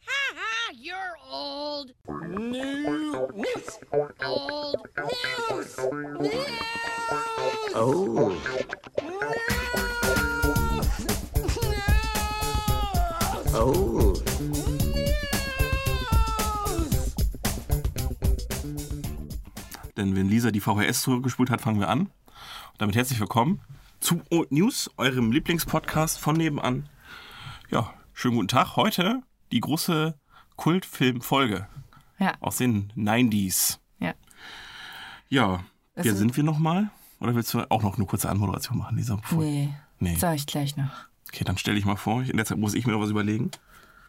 you're old. New news. Old news. News. Oh. News. Oh. News. Denn wenn Lisa die VHS zurückgespult hat, fangen wir an. Und damit herzlich willkommen zu Old News, eurem Lieblingspodcast von nebenan. Ja, schönen guten Tag. Heute die große Kultfilmfolge Ja, aus den 90s. Ja. Ja, Es wer ist- sind wir nochmal? Oder willst du auch noch eine kurze Anmoderation machen, Lisa? Bevor nee. Nee. Sag ich gleich noch. Okay, dann stell dich mal vor. In der Zeit muss ich mir noch was überlegen.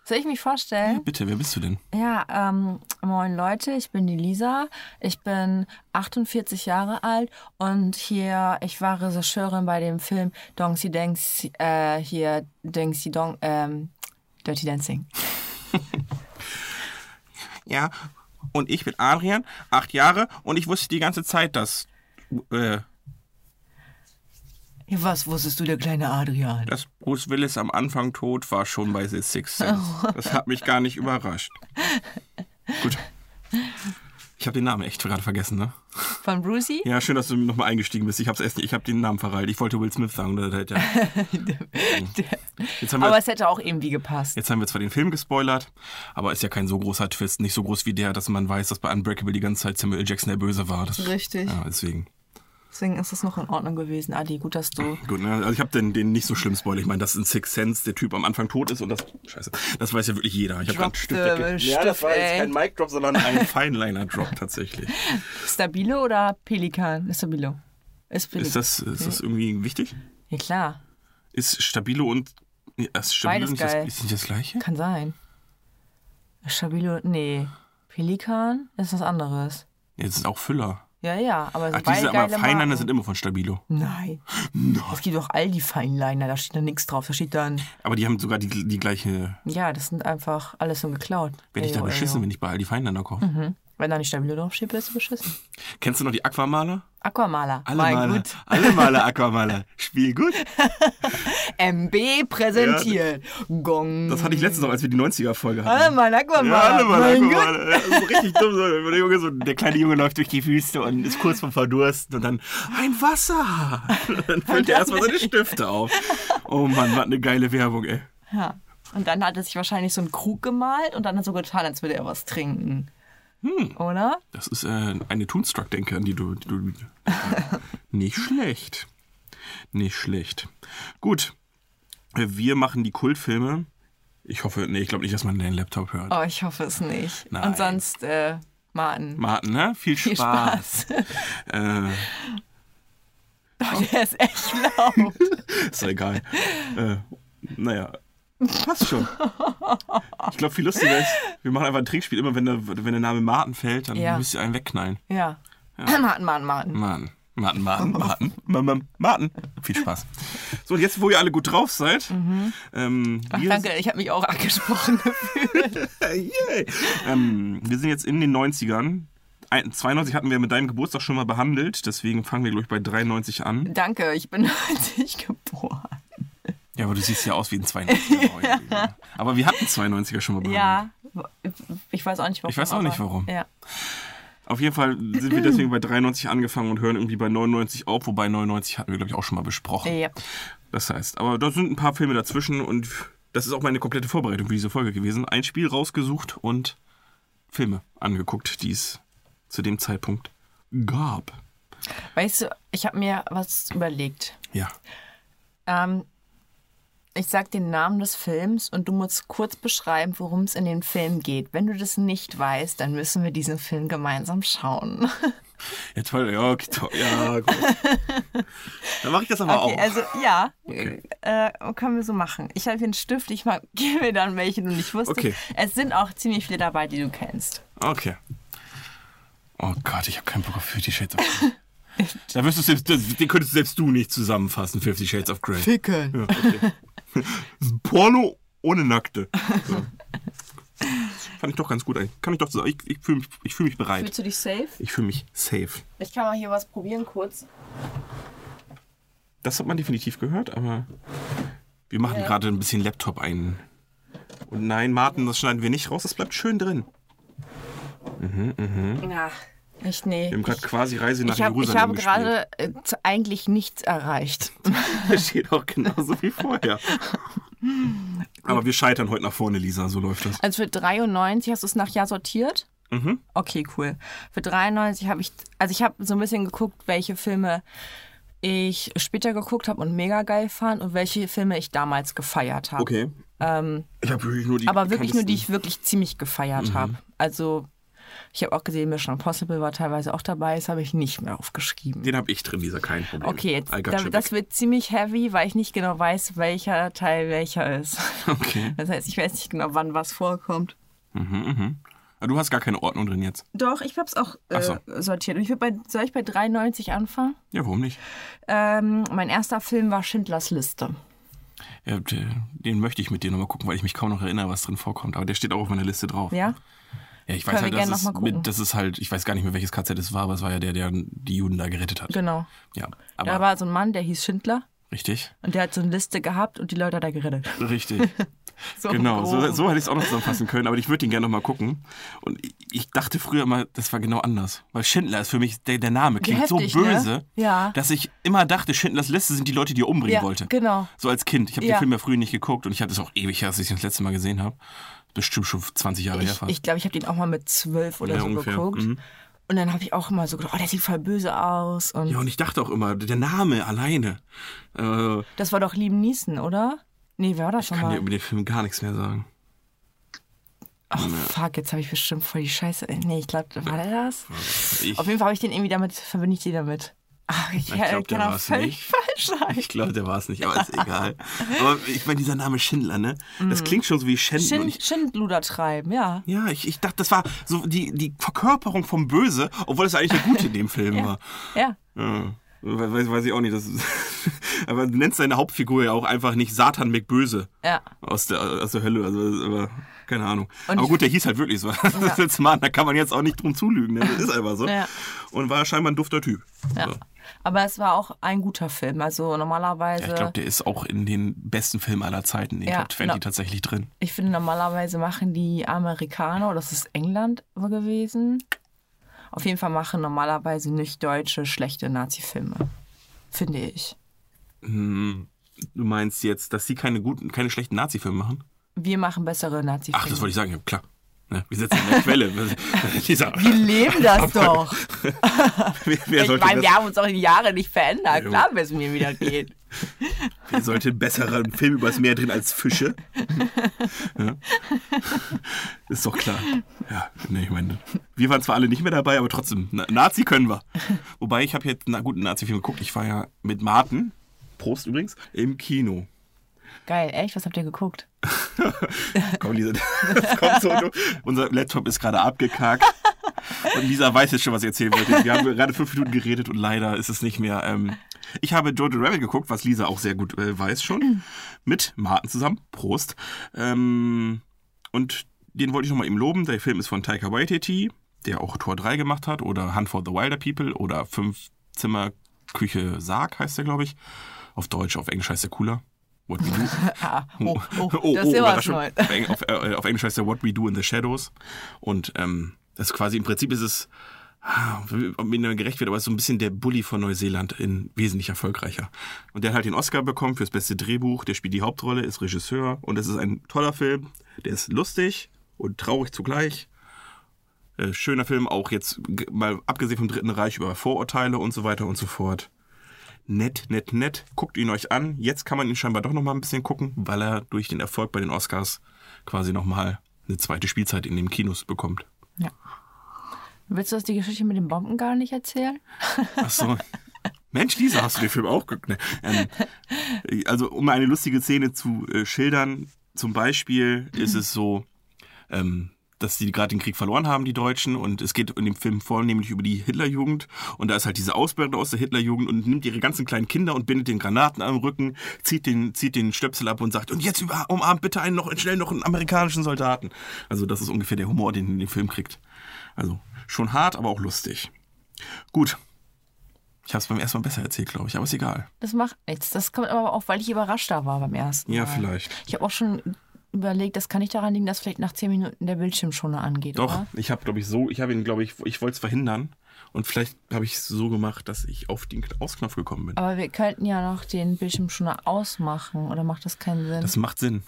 Soll ich mich vorstellen? Bitte, wer bist du denn? Ja, ähm, moin Leute, ich bin die Lisa. Ich bin 48 Jahre alt und hier, ich war Regisseurin bei dem Film Dongsi Dengs, äh, hier Dengsi Dong, ähm, Dirty Dancing. Ja, und ich bin Adrian, acht Jahre, und ich wusste die ganze Zeit, dass, äh, Was wusstest du, der kleine Adrian? dass Bruce Willis am Anfang tot war, schon bei The Sixth Oh. Sense. Das hat mich gar nicht überrascht. Gut. Ich habe den Namen echt gerade vergessen, ne? Von Brucey? Ja, schön, dass du nochmal eingestiegen bist. Ich hab's erst nicht, ich habe den Namen verreilt. Ich wollte Will Smith sagen. ne? Oder, oder, oder. Jetzt haben wir Aber es hätte auch irgendwie gepasst. Jetzt haben wir zwar den Film gespoilert, aber ist ja kein so großer Twist, nicht so groß wie der, dass man weiß, dass bei Unbreakable die ganze Zeit Samuel L. Jackson der Böse war. Das, Richtig. Ja, deswegen. Deswegen ist es noch in Ordnung gewesen, Adi. Gut, dass du. Gut, ne? also ich habe den, den nicht so schlimm spoilert. Ich meine, dass in Six Sense der Typ am Anfang tot ist und das, scheiße, das weiß ja wirklich jeder. Ich habe Drop gerade Stift the wegge- Ja, das Stift, war jetzt ey. kein Mic Drop, sondern ein Fineliner Drop tatsächlich. Stabilo oder Pelikan? Stabilo. Ist Pelikan. Ist das, ist das irgendwie wichtig? ja, klar. Ist Stabilo und ja, ist Stabilo Beides nicht das, geil. ist nicht das gleiche? Kann sein. Stabilo, nee. Pelikan ist was anderes. Jetzt sind auch Füller. Ja, ja, aber Ach, sind diese Also beide aber geile Feinliner Marken. sind immer von Stabilo. Nein. Es gibt auch all die Feinliner, da steht dann nichts drauf. Da steht dann, Aber die haben sogar die, die gleiche. ja, das sind einfach alles so geklaut. Werde ich da Ejo, beschissen, ejo. wenn ich bei Aldi Feinliner kaufe? Mhm. Wenn da nicht Stabilo draufsteht, wirst du beschissen. Kennst du noch die Aquamaler? Aquamaler. Alle mein Maler. Gut. Alle Maler Aquamaler. Spiel gut. MB präsentiert. Gong. Das hatte ich letztens noch, als wir die 90er-Folge hatten. Alle mal Aquamaler. Ja, alle Maler mein Gut. Aquamaler. Ja, Das ist richtig dumm. So, wenn der, Junge so, der kleine Junge läuft durch die Wüste und ist kurz vom Verdursten und dann ein Wasser. Und dann füllt er erstmal seine Stifte auf. Oh Mann, was eine geile Werbung, ey. Ja. Und dann hat er sich wahrscheinlich so einen Krug gemalt und dann hat er so getan, als würde er was trinken. Hm. Oder? Das ist äh, eine Toonstruck-Denke, an die du. Die du nicht schlecht. Nicht schlecht. Gut. Wir machen die Kultfilme. Ich hoffe, nee, ich glaube nicht, dass man den Laptop hört. Oh, ich hoffe es nicht. Nein. Und sonst, äh, Martin. Martin, ne? Viel Spaß. Oh. Viel Spaß. Äh, Der ist echt laut. ist doch egal. äh, naja, passt schon. Ich glaube, viel lustiger ist, wir machen einfach ein Trinkspiel. Immer wenn der, wenn der Name Martin fällt, dann Ja. müsst ihr einen wegknallen. ja. Martin, Martin, Martin. Martin. Martin, Martin, Martin, Martin, Martin. Viel Spaß. So, und jetzt, wo ihr alle gut drauf seid, ähm, Mhm. Ach, wir- danke, ich habe mich auch angesprochen gefühlt. Yay. ähm, wir sind jetzt in den 90ern. Ein- 92 hatten wir mit deinem Geburtstag schon mal behandelt, deswegen fangen wir, glaube ich, bei 93 an. danke, ich bin 90 geboren. Ja, aber du siehst ja aus wie ein 92er. heute. Aber wir hatten 92er schon mal behandelt. Ja. Ich weiß auch nicht, warum. Ich weiß auch aber- nicht, warum. Ja. Auf jeden Fall sind wir deswegen bei 93 angefangen und hören irgendwie bei 99 auf, wobei 99 hatten wir, glaube ich, auch schon mal besprochen. ja. Das heißt, aber da sind ein paar Filme dazwischen und das ist auch meine komplette Vorbereitung für diese Folge gewesen. Ein Spiel rausgesucht und Filme angeguckt, die es zu dem Zeitpunkt gab. Weißt du, ich habe mir was überlegt. Ja. Ähm, ich sag den Namen des Films und du musst kurz beschreiben, worum es in dem Film geht. Wenn du das nicht weißt, dann müssen wir diesen Film gemeinsam schauen. Ja, toll. Ja, okay, toll. Ja, gut. Dann mache ich das aber auch. also ja, Okay. äh, können wir so machen. Ich habe hier einen Stift, ich mag- gebe mir dann welche, die du nicht wusstest. Okay. Es sind auch ziemlich viele dabei, die du kennst. Okay. Oh Gott, ich habe keinen Bock auf Fifty Shades of Grey. da wirst du selbst, das- den könntest selbst du nicht zusammenfassen, Fifty Shades of Grey. Ficken. Das ist ein Porno ohne Nackte. So. Fand ich doch ganz gut eigentlich. Kann ich doch so. Ich, ich fühle mich, ich fühl mich bereit. Fühlst du dich safe? Ich fühle mich safe. Ich kann mal hier was probieren kurz. Das hat man definitiv gehört, aber wir machen gerade ein bisschen Laptop ein. Und nein, Martin, das schneiden wir nicht raus, das bleibt schön drin. Ja. Ich nee. Hm? Wir haben gerade quasi Reise nach Ich, hab, ich Jerusalem habe gespielt. gerade äh, z- eigentlich nichts erreicht. Das steht auch genauso wie vorher. Aber wir scheitern heute nach vorne, Lisa, so läuft das. Also für 93 hast du es nach Jahr sortiert? Mhm. Okay, cool. Für 93 habe ich, also ich habe so ein bisschen geguckt, welche Filme ich später geguckt habe und mega geil fand und welche Filme ich damals gefeiert habe. Okay. Ähm, Ich habe wirklich nur die aber wirklich nur, die bekanntesten- Mhm. ich wirklich ziemlich gefeiert habe. Also ich habe auch gesehen, Mission Impossible war teilweise auch dabei, das habe ich nicht mehr aufgeschrieben. Den habe ich drin, Lisa, kein Problem. Okay, jetzt, I got da, you das back. wird ziemlich heavy, weil ich nicht genau weiß, welcher Teil welcher ist. Okay. Das heißt, ich weiß nicht genau, wann was vorkommt. Aber Hm, mhm. Ah, Du hast gar keine Ordnung drin jetzt. Doch, ich habe es auch Ach äh, so. sortiert. Und ich würd bei, soll ich bei 93 anfangen? Ja, warum nicht? Ähm, mein erster Film war Schindlers Liste. Ja, d- den möchte ich mit dir nochmal gucken, weil ich mich kaum noch erinnere, was drin vorkommt. Aber der steht auch auf meiner Liste drauf. Ja? Ja, ich weiß Können halt, wir dass gerne es, noch mal gucken. mit, das ist halt, ich weiß gar nicht mehr, welches KZ es war, aber es war ja der, der die Juden da gerettet hat. Genau. Ja, aber Da war so ein Mann, der hieß Schindler. richtig. Und der hat so eine Liste gehabt und die Leute hat er gerettet. Richtig. So genau, so, grob. so hätte ich es auch noch zusammenfassen können, aber ich würde ihn gerne nochmal gucken. Und ich, ich dachte früher mal, das war genau anders. Weil Schindler ist für mich, der, der Name klingt Heftig, so ne? böse, Ja. dass ich immer dachte, Schindlers Liste sind die Leute, die er umbringen Ja, wollte. genau. So als Kind. Ich habe den Ja. Film ja früher nicht geguckt und ich hatte es auch ewig her, als ich ihn das letzte Mal gesehen habe. Bestimmt schon 20 Jahre her Ich glaube, fast. ich, glaub, ich habe den auch mal mit zwölf oder Ja, so ungefähr. geguckt. Mhm. Und dann habe ich auch immer so gedacht, oh, der sieht voll böse aus. Und ja, und ich dachte auch immer, der Name alleine. Äh, Das war doch Liam Neeson, oder? Nee, wer war das ich kann dir nochmal? über den Film gar nichts mehr sagen. Ach, fuck, jetzt habe ich bestimmt voll die Scheiße. Nee, ich glaube, war der das? Ich, Auf jeden Fall habe ich den irgendwie damit, verbinde ich den damit. Ach, ich, Ich glaub, der kann auch war's völlig nicht. falsch sein. Ich glaube, der war es nicht, aber ist egal. Aber ich meine, dieser Name Schindler, ne? Das Mhm. klingt schon so wie Schänden. und Schind, ich, Schindluder treiben, ja. ja, ich, ich dachte, das war so die, die Verkörperung vom Böse, obwohl das eigentlich der Gute in dem Film war. Ja. Ja. We- Weiß, weiß ich auch nicht. Das, aber du nennst deine Hauptfigur ja auch einfach nicht Satan McBöse. Ja. Aus der, aus der Hölle, also aber, keine Ahnung. Und aber ich- gut, der hieß halt wirklich so. Das letzte Mal, da kann man jetzt auch nicht drum zulügen, ne? das ist einfach so. Ja. Und war scheinbar ein dufter Typ. Ja. So. Aber es war auch ein guter Film. Also normalerweise, Ja, ich glaube, der ist auch in den besten Filmen aller Zeiten, in den Ja, genau. Top 20 no. tatsächlich drin. ich finde, normalerweise machen die Amerikaner, oder das ist England gewesen, auf jeden Fall machen normalerweise nicht Deutsche schlechte Nazi-Filme. Finde ich. Du meinst jetzt, dass sie keine guten, keine schlechten Nazi-Filme machen? Wir machen bessere Nazi-Filme. Ach, das wollte ich sagen, ja, klar. Ne? Wir sitzen an der Quelle. Lisa, Wir leben das doch. wer, wer, ich sollte meine, wir das, haben uns auch die Jahre nicht verändert. Ja, Klar müssen wir wieder gehen. wer sollte besser einen Film übers Meer drehen als Fische? Ja. Ist doch klar. Ja, ne, ich meine, wir waren zwar alle nicht mehr dabei, aber trotzdem, Na, Nazi können wir. Wobei, ich habe jetzt einen guten Nazi-Film geguckt. Ich war ja mit Martin, Prost übrigens, im Kino. Geil, echt? Was habt ihr geguckt? Komm, Lisa, das kommt so. Du. Unser Laptop ist gerade abgekackt. Und Lisa weiß jetzt schon, was ich erzählen wollte. Wir haben gerade fünf Minuten geredet und leider ist es nicht mehr. Ähm, ich habe Jojo Rabbit geguckt, was Lisa auch sehr gut äh, weiß schon. Mit Martin zusammen. Prost. Ähm, und den wollte ich nochmal eben loben. Der Film ist von Taika Waititi, der auch Tor 3 gemacht hat oder Hunt for the Wilder People oder Fünf Zimmer Küche Sarg heißt der, glaube ich. Auf Deutsch, auf Englisch heißt der cooler. What we do. Ah, oh, oh, Oh, das oh, ist ja was Überraschung. Neues. Auf, Eng- auf, äh, auf Englisch heißt der What We Do in the Shadows. Und ähm, das ist quasi, im Prinzip ist es, ah, ob mir damit gerecht wird, aber es ist so ein bisschen der Bully von Neuseeland in wesentlich erfolgreicher. Und der hat halt den Oscar bekommen fürs beste Drehbuch, der spielt die Hauptrolle, ist Regisseur und es ist ein toller Film. Der ist lustig und traurig zugleich. Äh, schöner Film, auch jetzt g- mal abgesehen vom Dritten Reich über Vorurteile und so weiter und so fort. Nett, nett, nett. Guckt ihn euch an. Jetzt kann man ihn scheinbar doch noch mal ein bisschen gucken, weil er durch den Erfolg bei den Oscars quasi noch mal eine zweite Spielzeit in den Kinos bekommt. Willst du uns die Geschichte mit den Bomben gar nicht erzählen? Ach so. Mensch, Lisa, hast du den Film auch geguckt? Ne? Ähm, also, um eine lustige Szene zu äh, schildern, zum Beispiel ist es so, ähm, dass die gerade den Krieg verloren haben, die Deutschen, und es geht in dem Film vornehmlich über die Hitlerjugend. Und da ist halt diese Ausbildung aus der Hitlerjugend und nimmt ihre ganzen kleinen Kinder und bindet den Granaten am Rücken, zieht den, zieht den Stöpsel ab und sagt, und jetzt über- umarmt bitte einen noch, schnell noch einen amerikanischen Soldaten. Also, das ist ungefähr der Humor, den den Film kriegt. Also, schon hart, aber auch lustig. Gut, ich habe es beim ersten Mal besser erzählt, glaube ich, aber ist egal. Das macht nichts. Das kommt aber auch, weil ich überraschter war beim ersten Mal. vielleicht. Ich habe auch schon überlegt, das kann nicht daran liegen, dass vielleicht nach 10 Minuten der Bildschirm schon angeht. Doch, Oder? ich habe, glaube ich, so, ich habe ihn, glaube ich, ich wollte es verhindern. Und vielleicht habe ich es so gemacht, dass ich auf den Ausknopf gekommen bin. Aber wir könnten ja noch den Bildschirm schon ausmachen, oder macht das keinen Sinn? Das macht Sinn.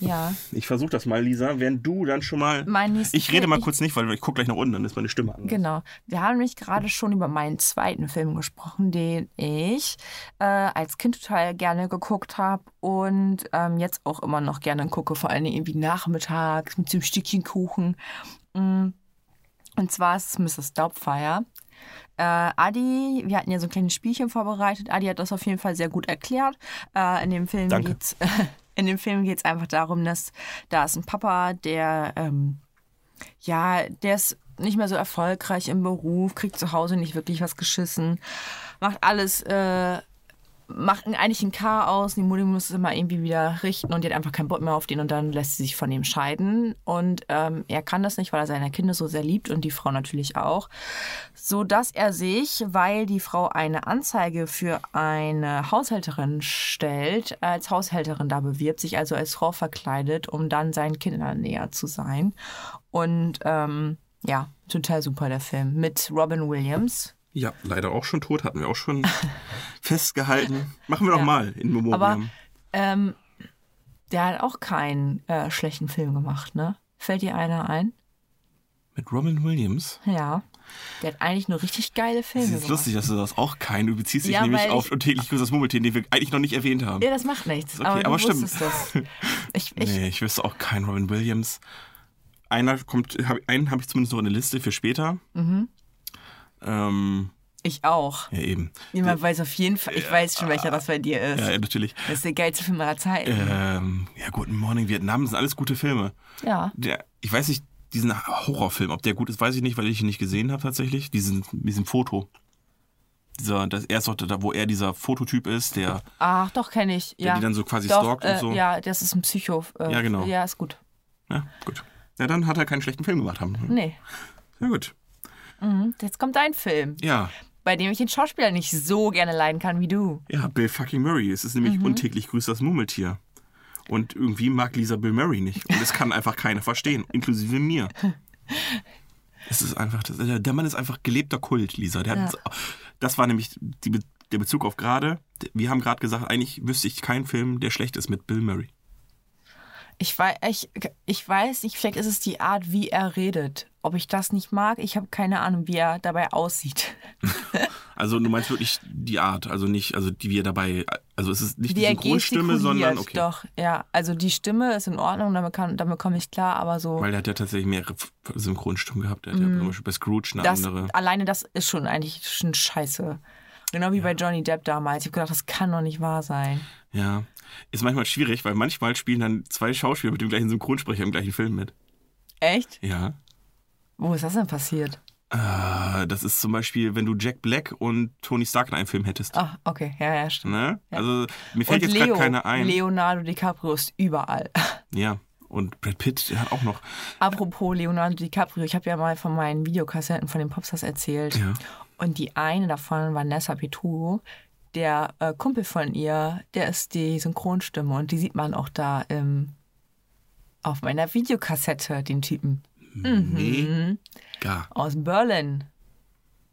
ja. Ich versuche das mal, Lisa, während du dann schon mal. Mein nächster ich rede Film, mal ich- kurz nicht, weil ich gucke gleich nach unten, dann ist meine Stimme an. Genau. Wir haben nämlich gerade schon über meinen zweiten Film gesprochen, den ich äh, als Kind total gerne geguckt habe und ähm, jetzt auch immer noch gerne gucke, vor allem irgendwie nachmittags mit so einem Stückchen Kuchen. Mm. Und zwar ist es Mrs. Doubtfire. Äh, Adi, wir hatten ja so ein kleines Spielchen vorbereitet. Adi hat das auf jeden Fall sehr gut erklärt. Äh, in dem Film Danke. geht's, in dem Film geht's einfach darum, dass da ist ein Papa, der ähm, ja, der ist nicht mehr so erfolgreich im Beruf, kriegt zu Hause nicht wirklich was geschissen, macht alles, äh, macht eigentlich ein Chaos. Die Mutter muss es immer irgendwie wieder richten und die hat einfach keinen Bock mehr auf den und dann lässt sie sich von ihm scheiden. Und ähm, er kann das nicht, weil er seine Kinder so sehr liebt und die Frau natürlich auch. So dass er sich, weil die Frau eine Anzeige für eine Haushälterin stellt, als Haushälterin da bewirbt, sich also als Frau verkleidet, um dann seinen Kindern näher zu sein. Und ähm, ja, total super der Film mit Robin Williams. Ja, leider auch schon tot, hatten wir auch schon festgehalten. Machen wir doch mal in Memoriam. Aber ähm, der hat auch keinen äh, schlechten Film gemacht, ne? Fällt dir einer ein? Mit Robin Williams. Ja. Der hat eigentlich nur richtig geile Es Filme ist gemacht. lustig, dass du das auch kein. Du beziehst dich Ja, nämlich weil auf ich- und täglich grüßt das Murmeltier, den wir eigentlich noch nicht erwähnt haben. Ja, das macht nichts. Okay, aber du aber stimmt. wusstest das. Ich, ich, nee, ich wüsste auch keinen Robin Williams. Einer kommt, hab, einen habe ich zumindest noch in der Liste für später. Mhm. Ähm, ich auch. ja, eben. Niemand weiß auf jeden Fall. Ich weiß schon, welcher das bei dir ist. Ja, ja, natürlich. Das ist der geilste Film aller Zeiten. Ähm, ja, Guten Morning Vietnam sind alles gute Filme. Ja. Der, ich weiß nicht, diesen Horrorfilm, ob der gut ist, weiß ich nicht, weil ich ihn nicht gesehen habe tatsächlich. Diesen, diesen Foto. Dieser, das, er ist doch da, wo er dieser Fototyp ist, der. Ach, doch, kenne ich. Der ja. die dann so quasi doch, stalkt und äh, so. Ja, das ist ein Psycho. Äh, Ja, genau. Ja, ist gut. Ja, ne? gut. Ja, dann hat er keinen schlechten Film gemacht haben. Nee. Ja, gut. Mhm. Jetzt kommt dein Film. Ja, bei dem ich den Schauspieler nicht so gerne leiden kann wie du. ja, Bill fucking Murray. Es ist Mhm. nämlich untäglich grüßt das Murmeltier. Und irgendwie mag Lisa Bill Murray nicht. Und es kann einfach keiner verstehen, inklusive mir. Es ist einfach, das- der der Mann ist einfach gelebter Kult, Lisa. Der hat, Das war nämlich die, Be- der Bezug auf gerade. Wir haben gerade gesagt, eigentlich wüsste ich keinen Film, der schlecht ist mit Bill Murray. Ich weiß, ich, ich weiß nicht, vielleicht ist es die Art, wie er redet. Ob ich das nicht mag, ich habe keine Ahnung, wie er dabei aussieht. Also du meinst wirklich die Art, also nicht, also die wir dabei, also es ist nicht Wie die er Synchronstimme, gestikuliert, sondern okay. doch, ja. Also die Stimme ist in Ordnung, damit, kann, damit komme ich klar, aber so, Weil der hat ja tatsächlich mehrere F- Synchronstimmen gehabt. Der hat ja zum Beispiel bei Scrooge eine Mhm. das, andere. alleine das ist schon eigentlich schon scheiße. Genau wie bei Johnny Depp damals. Ich habe gedacht, das kann doch nicht wahr sein. Ja. Ist manchmal schwierig, weil manchmal spielen dann zwei Schauspieler mit dem gleichen Synchronsprecher im gleichen Film mit. Echt? Ja. Wo ist das denn passiert? Äh, Das ist zum Beispiel, wenn du Jack Black und Tony Stark in einem Film hättest. Ah, okay, ja, ja, stimmt. Ne? Also mir Und fällt jetzt Leo, gerade keiner ein. Leonardo DiCaprio ist überall. Ja. Und Brad Pitt, der hat auch noch. Apropos Leonardo DiCaprio, ich habe ja mal von meinen Videokassetten von den Popstars erzählt. Ja. Und die eine davon, Vanessa Petrugo, der äh, Kumpel von ihr, der ist die Synchronstimme und die sieht man auch da im, auf meiner Videokassette, den Typen Mhm. Nee. Gar. aus Berlin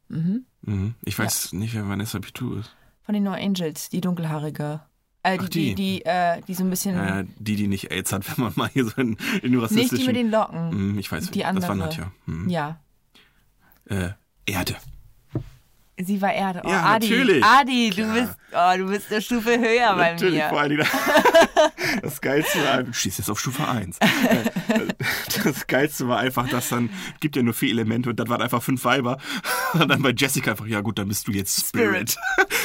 Mhm. Ich weiß nicht, wer Vanessa Pitou ist. von den No Angels, die dunkelhaarige. Äh, die, Ach, die, die. die, äh, die so ein bisschen, Äh, die, die nicht AIDS hat, wenn man mal hier so in, in nicht die rassistischen... mit den Locken, Mhm, ich weiß, die andere. das war Nadja. Mhm. Ja, Äh, Erde. sie war Erde. Oh, Ja, Adi, natürlich. Adi, du Klar. bist, oh, du bist eine Stufe höher bei Natürlich, mir. vor allen Dingen. Das Geilste war, du stehst jetzt auf Stufe 1. Das Geilste war einfach, dass dann, gibt ja nur vier Elemente und das waren einfach fünf Weiber. Und dann bei Jessica einfach, ja gut, dann bist du jetzt Spirit.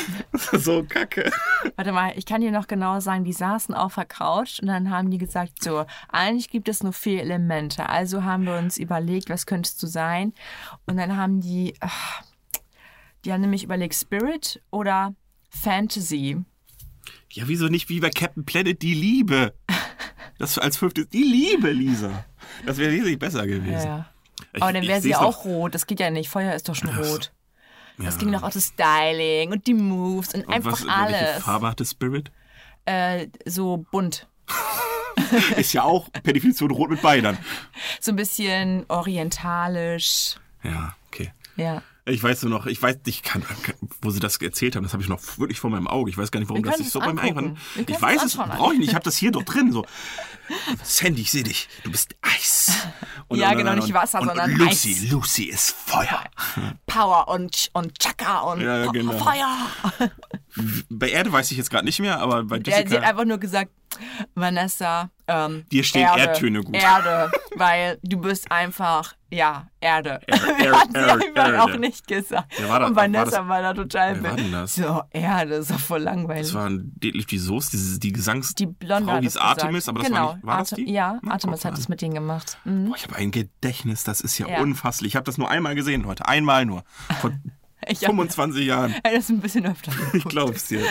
So kacke. Warte mal, ich kann dir noch genau sagen, die saßen auf der Couch und dann haben die gesagt, so, eigentlich gibt es nur vier Elemente. Also haben wir uns überlegt, was könntest du sein? Und dann haben die, ach, die haben nämlich überlegt, Spirit oder Fantasy. Ja, wieso nicht wie bei Captain Planet die Liebe? Das als fünftes, die Liebe, Lisa. Das wäre wesentlich besser Ja, gewesen. ja. Ich- Aber dann ich wäre sie seh's auch noch- rot. Das geht ja nicht. Feuer ist doch schon rot. Das Ja. ging doch auch das Styling und die Moves und, Und einfach was, welche alles. Farbe hatte Spirit? Äh, so bunt. Ist ja auch per Definition rot mit Beinen. So ein bisschen orientalisch. Ja, okay. Ja. Ich weiß nur noch, ich weiß nicht, kann, kann, wo sie das erzählt haben, das habe ich noch wirklich vor meinem Auge. Ich weiß gar nicht, warum Wir das können ist es so beim angucken. Einrennen. Wir können Ich es weiß es, anschauen. brauche ich nicht, ich habe das hier doch drin. So. Sandy, ich sehe dich, du bist Eis. Und, Ja, genau, nicht Wasser, sondern und Lucy, Eis. Lucy ist Feuer. Power und, und Chaka und Ja, ja, Fe- genau. Feuer. Bei Erde weiß ich jetzt gerade nicht mehr, aber bei Ja, sie hat Jessica, einfach nur gesagt, Vanessa, ähm, Dir stehen Erde, Erdtöne gut. Erde, weil du bist einfach, ja, Erde. Er- Wir Er- hatten sie Er- einfach Erde. auch nicht gesagt. Wer war das? Und War Vanessa das- war, da total Wer war mit- denn das? so Erde, so voll langweilig. das war Detlef die Soße, die, die Gesangs... die Blonde Frau hat hieß das gesagt. Artemis, aber das genau. war nicht... War das Arte- die? Ja, Na, Artemis guck hat mal es an. mit denen gemacht. Mhm. Boah, ich habe ein Gedächtnis, das ist ja, Ja. unfasslich. Ich habe das nur einmal gesehen, Leute. Einmal nur. Vor Ich habe 25 Jahren. das ein bisschen öfter Ich glaub's dir.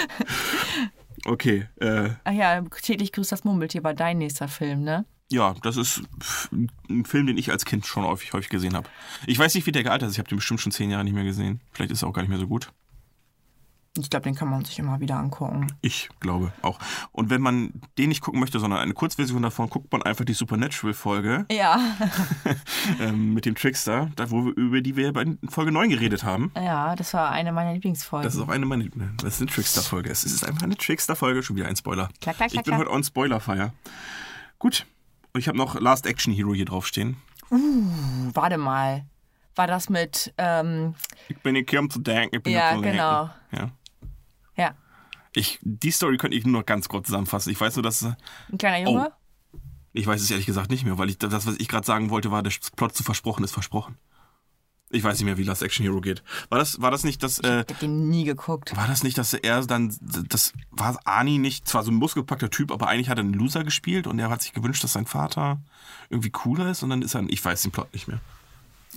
Okay, Ach äh, Ah, ja, täglich grüßt das Murmeltier war dein nächster Film, ne? ja, das ist f- ein Film, den ich als Kind schon häufig, häufig gesehen habe. Ich weiß nicht, wie der gealtert ist. Ich habe den bestimmt schon zehn Jahre nicht mehr gesehen. Vielleicht ist er auch gar nicht mehr so gut. Ich glaube, den kann man sich immer wieder angucken. Ich glaube auch. Und wenn man den nicht gucken möchte, sondern eine Kurzversion davon, guckt man einfach die Supernatural-Folge Ja, ähm, mit dem Trickster, da, wo wir, über die wir bei Folge 9 geredet haben. ja, das war eine meiner Lieblingsfolgen. Das ist auch eine meiner Lieblings. Das ist eine Trickster-Folge. Es ist einfach eine Trickster-Folge. Schon wieder ein Spoiler. Klack, klack, ich klack, bin klack. heute on Spoiler-Feier. Gut. Und ich habe noch Last Action Hero hier draufstehen. Warte mal. War das mit, ähm, Ich bin gekommen zu denken. Ich bin Ja, gekommen zu genau. denken. Ja. ja, Ich, die Story könnte ich nur noch ganz kurz zusammenfassen. Ich weiß nur, dass. ein kleiner Oh. Junge? Ich weiß es ehrlich gesagt nicht mehr, weil ich, das, was ich gerade sagen wollte, war, der Plot zu versprochen ist versprochen. Ich weiß nicht mehr, wie Last Action Hero geht. War das, war das nicht das. Äh, Ich hab den nie geguckt. war das nicht, dass er dann, das war Ani nicht, zwar so ein muskelpackter Typ, aber eigentlich hat er einen Loser gespielt und er hat sich gewünscht, dass sein Vater irgendwie cooler ist und dann ist er, ein- ich weiß den Plot nicht mehr.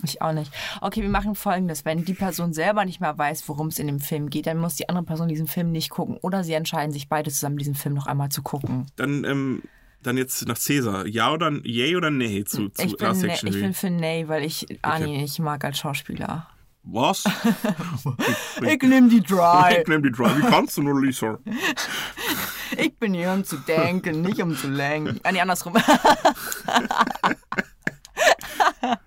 Ich auch nicht. Okay, wir machen folgendes. Wenn die Person selber nicht mehr weiß, worum es in dem Film geht, dann muss die andere Person diesen Film nicht gucken. Oder sie entscheiden sich beide zusammen, diesen Film noch einmal zu gucken. Dann, ähm, dann jetzt nach Cäsar. Ja oder, yay oder nee zu, zu ich, bin, Last ne, Action ich Hero? bin für Ney, weil ich Ani nicht mag als Schauspieler. Was? Ich nehme die Dry. Ich nehm die Drive. Wie kannst du nur, Lisa? Ich bin hier, um zu denken, nicht um zu lenken. Ah, nee, andersrum.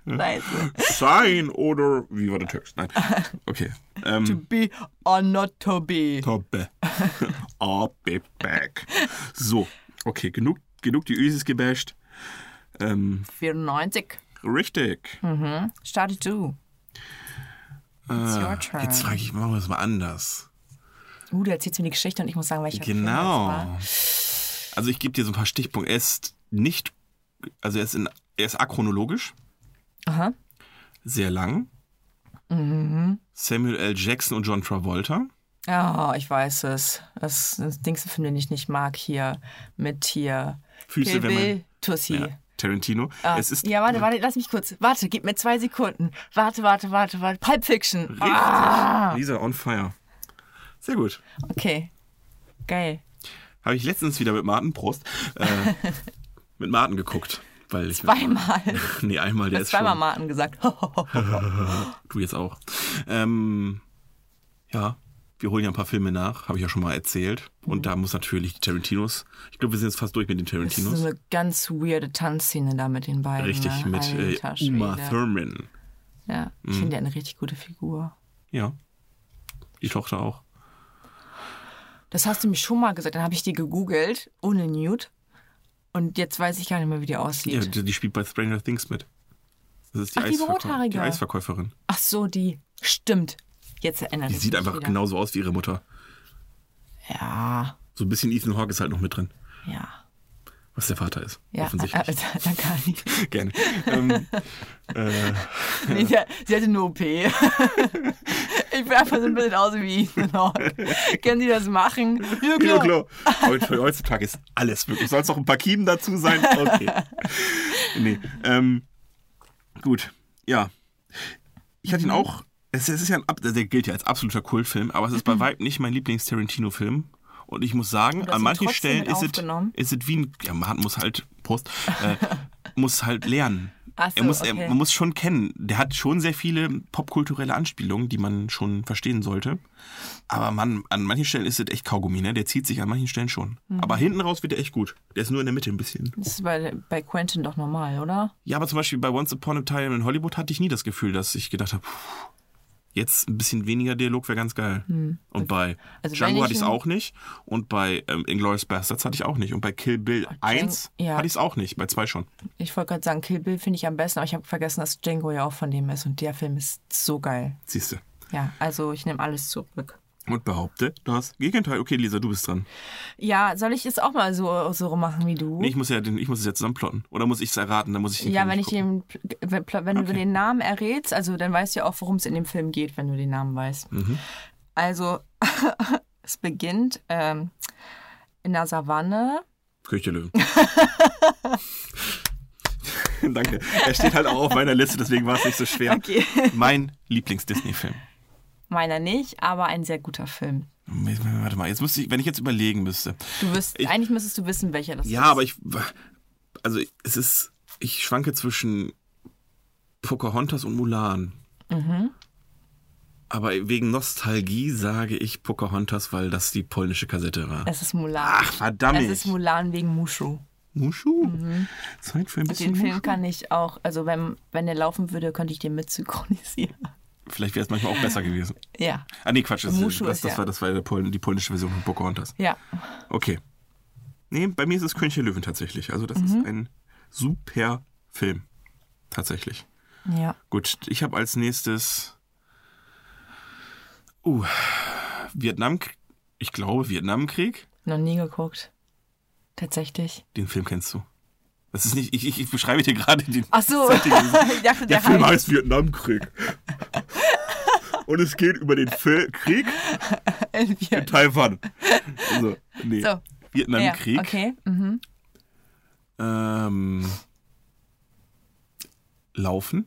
Scheiße. Sein oder. Wie war der Text? Nein. Okay. To Ähm, be or not to be. Tobbe. I'll be back. Ah, So. Okay, genug, genug die Ösis gebasht. Ähm, 94. richtig. Startet du. It's your turn. Ah, Jetzt frage ich, machen wir es mal anders. Uh, du erzählst mir die Geschichte und ich muss sagen, welcher Film das war. Genau. Also ich gebe dir so ein paar Stichpunkte. Er ist nicht, also er ist, in, er ist achronologisch, Aha. sehr lang. Mhm. Samuel L. Jackson und John Travolta. Ja, ich weiß es. Das ist ein Film, den ich nicht mag hier. Mit hier. Füße, Kill wenn man- Bill, Tussi. Ja, Tarantino. Ah, es ist ja, warte, warte, lass mich kurz. Warte, gib mir zwei Sekunden. Warte, warte, warte, warte. Pulp Fiction. richtig. Ah, Lisa on fire. Sehr gut. okay. Geil. Habe ich letztens wieder mit Martin, Prost, äh, mit Martin geguckt. Weil ich Zweimal. Nee, einmal, der Du hast ist schon. zweimal Martin gesagt. Du jetzt auch. Ähm, ja, wir holen ja ein paar Filme nach, habe ich ja schon mal erzählt. Mhm. Und da muss natürlich die Tarantinos. Ich glaube, wir sind jetzt fast durch mit den Das ist so Tarantinos. eine ganz weirde Tanzszene da mit den beiden. Richtig, ne? mit äh, Alter Uma Schwede. Thurman. Mhm. Ja, ich finde die eine richtig gute Figur. Ja. Die Tochter auch. Das hast du mir schon mal gesagt. Dann habe ich die gegoogelt, ohne Nude. Und jetzt weiß ich gar nicht mehr, wie die Ja, aussieht. die, die spielt bei Stranger Things mit. Das ist die, Ach, die Eisverkäu- die Rothaarige. Eisverkäuferin. Ach so, die. Stimmt. Jetzt erinnert Die sieht einfach genau- wieder. genauso aus wie ihre Mutter. Ja, So ein bisschen Ethan Hawke ist halt noch mit drin, ja. was der Vater ist. Ja, Offensichtlich. äh, äh, danke, Anni. Gerne. ähm, äh, Nee, sie, sie hatte nur OP. ich bin einfach so ein bisschen aus wie Ethan Hawke. Können die das machen? Ja, Ja, klar. klar. Heut- Heutzutage ist alles möglich. Soll es noch ein paar Kiemen dazu sein? Okay. Nee. Ähm, gut. Ja. Ich Mhm. hatte ihn auch. Es, es ist ja ein, ab- der gilt ja als absoluter Kultfilm, aber es ist Mhm. bei weitem nicht mein Lieblings-Tarantino-Film. Und ich muss sagen, hast an ihn manchen trotzdem Stellen mit ist es, aufgenommen? ist es wie ein. Ja, Martin muss halt. Prost. Äh, muss halt lernen. Ach so, er muss, okay. er, man muss schon kennen. Der hat schon sehr viele popkulturelle Anspielungen, die man schon verstehen sollte. Aber man, an manchen Stellen ist es echt Kaugummi, ne? Der zieht sich an manchen Stellen schon. Mhm. Aber hinten raus wird er echt gut. Der ist nur in der Mitte ein bisschen. Das ist bei, bei Quentin doch normal, oder? Ja, aber zum Beispiel bei Once Upon a Time in Hollywood hatte ich nie das Gefühl, dass ich gedacht habe, puh, jetzt ein bisschen weniger Dialog wäre ganz geil. Und bei Hm, Also wenn Django ich hatte ich es ihn- auch nicht. Und bei ähm, Inglourious Bastards hatte ich auch nicht. Und bei Kill Bill 1 ja. hatte ich es auch nicht. Bei 2 schon. Ich wollte gerade sagen, Kill Bill finde ich am besten, aber ich habe vergessen, dass Django ja auch von dem ist und der Film ist so geil. Siehst du. Ja, also ich nehme alles zurück. Und behaupte, das Gegenteil. Okay, Lisa, du bist dran. Ja, soll ich es auch mal so, so machen wie du? Nee, ich muss ja den, ich muss es ja zusammenplotten. Oder muss ich es erraten? Dann muss ich den ja, Film wenn ich nicht gucken. den, wenn, wenn du den Namen errätst, also dann weißt du ja auch, worum es in dem Film geht, wenn du den Namen weißt. Mhm. Also es beginnt ähm, in der Savanne. König der Löwen. Danke. Er steht halt auch auf meiner Liste, deswegen war es nicht so schwer. Okay. Mein Lieblings-Disney-Film. Meiner nicht, aber ein sehr guter Film. Warte mal, jetzt müsste ich, wenn ich jetzt überlegen müsste. Du wirst, Ich- eigentlich müsstest du wissen, welcher das Ja, ist. aber ich. Also, es ist. Ich schwanke zwischen Pocahontas und Mulan. Mhm. Aber wegen Nostalgie sage ich Pocahontas, weil das die polnische Kassette war. Es ist Mulan. Ach, verdammt. Es ist Mulan wegen Mushu. Mushu? Zeit für ein bisschen Mhm. Den Film Mushu. kann ich auch, also wenn, wenn der laufen würde, könnte ich den mit synchronisieren. Vielleicht wäre es manchmal auch besser gewesen. Ja, Ah, nee, Quatsch. Das, Mushu das, ist das ja- war, das war der Polen, die polnische Version von Pocahontas. ja. Okay. Nee, bei mir ist es König der Löwen tatsächlich. Also, das Mhm. ist ein super Film. Tatsächlich. Ja. Gut, ich habe als nächstes. Uh, Vietnam. Ich glaube, Vietnamkrieg. Noch nie geguckt. Tatsächlich. Den Film kennst du. Das ist nicht. Ich, ich, ich beschreibe dir gerade den. Ach so. ich dachte, Der der, Film heißt. heißt Vietnamkrieg. Und es geht über den Fil Krieg in Taiwan. Also, nee. So. ja, Vietnamkrieg. Okay. Mhm. Ähm, Laufen.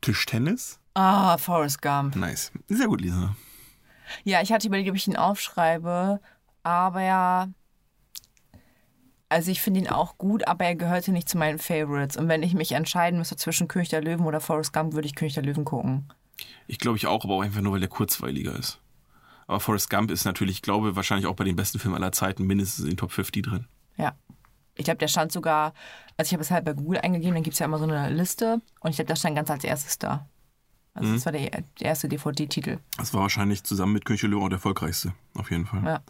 Tischtennis. Ah, Forrest Gump. Nice. Sehr gut, Lisa. Ja, ich hatte überlegt, ob ich ihn aufschreibe, aber ja. Also ich finde ihn auch gut, aber er gehörte nicht zu meinen Favorites. Und wenn ich mich entscheiden müsste zwischen König der Löwen oder Forrest Gump, würde ich König der Löwen gucken. Ich glaube, ich auch, aber auch einfach nur, weil der kurzweiliger ist. Aber Forrest Gump ist natürlich, ich glaube, wahrscheinlich auch bei den besten Filmen aller Zeiten mindestens in den Top 50 drin. Ja. Ich glaube, der stand sogar, also ich habe es halt bei Google eingegeben, dann gibt es ja immer so eine Liste und ich glaube, der stand ganz als erstes da. Also das war der, der erste DVD-Titel. Das war wahrscheinlich zusammen mit König der Löwen auch der erfolgreichste, auf jeden Fall. Ja.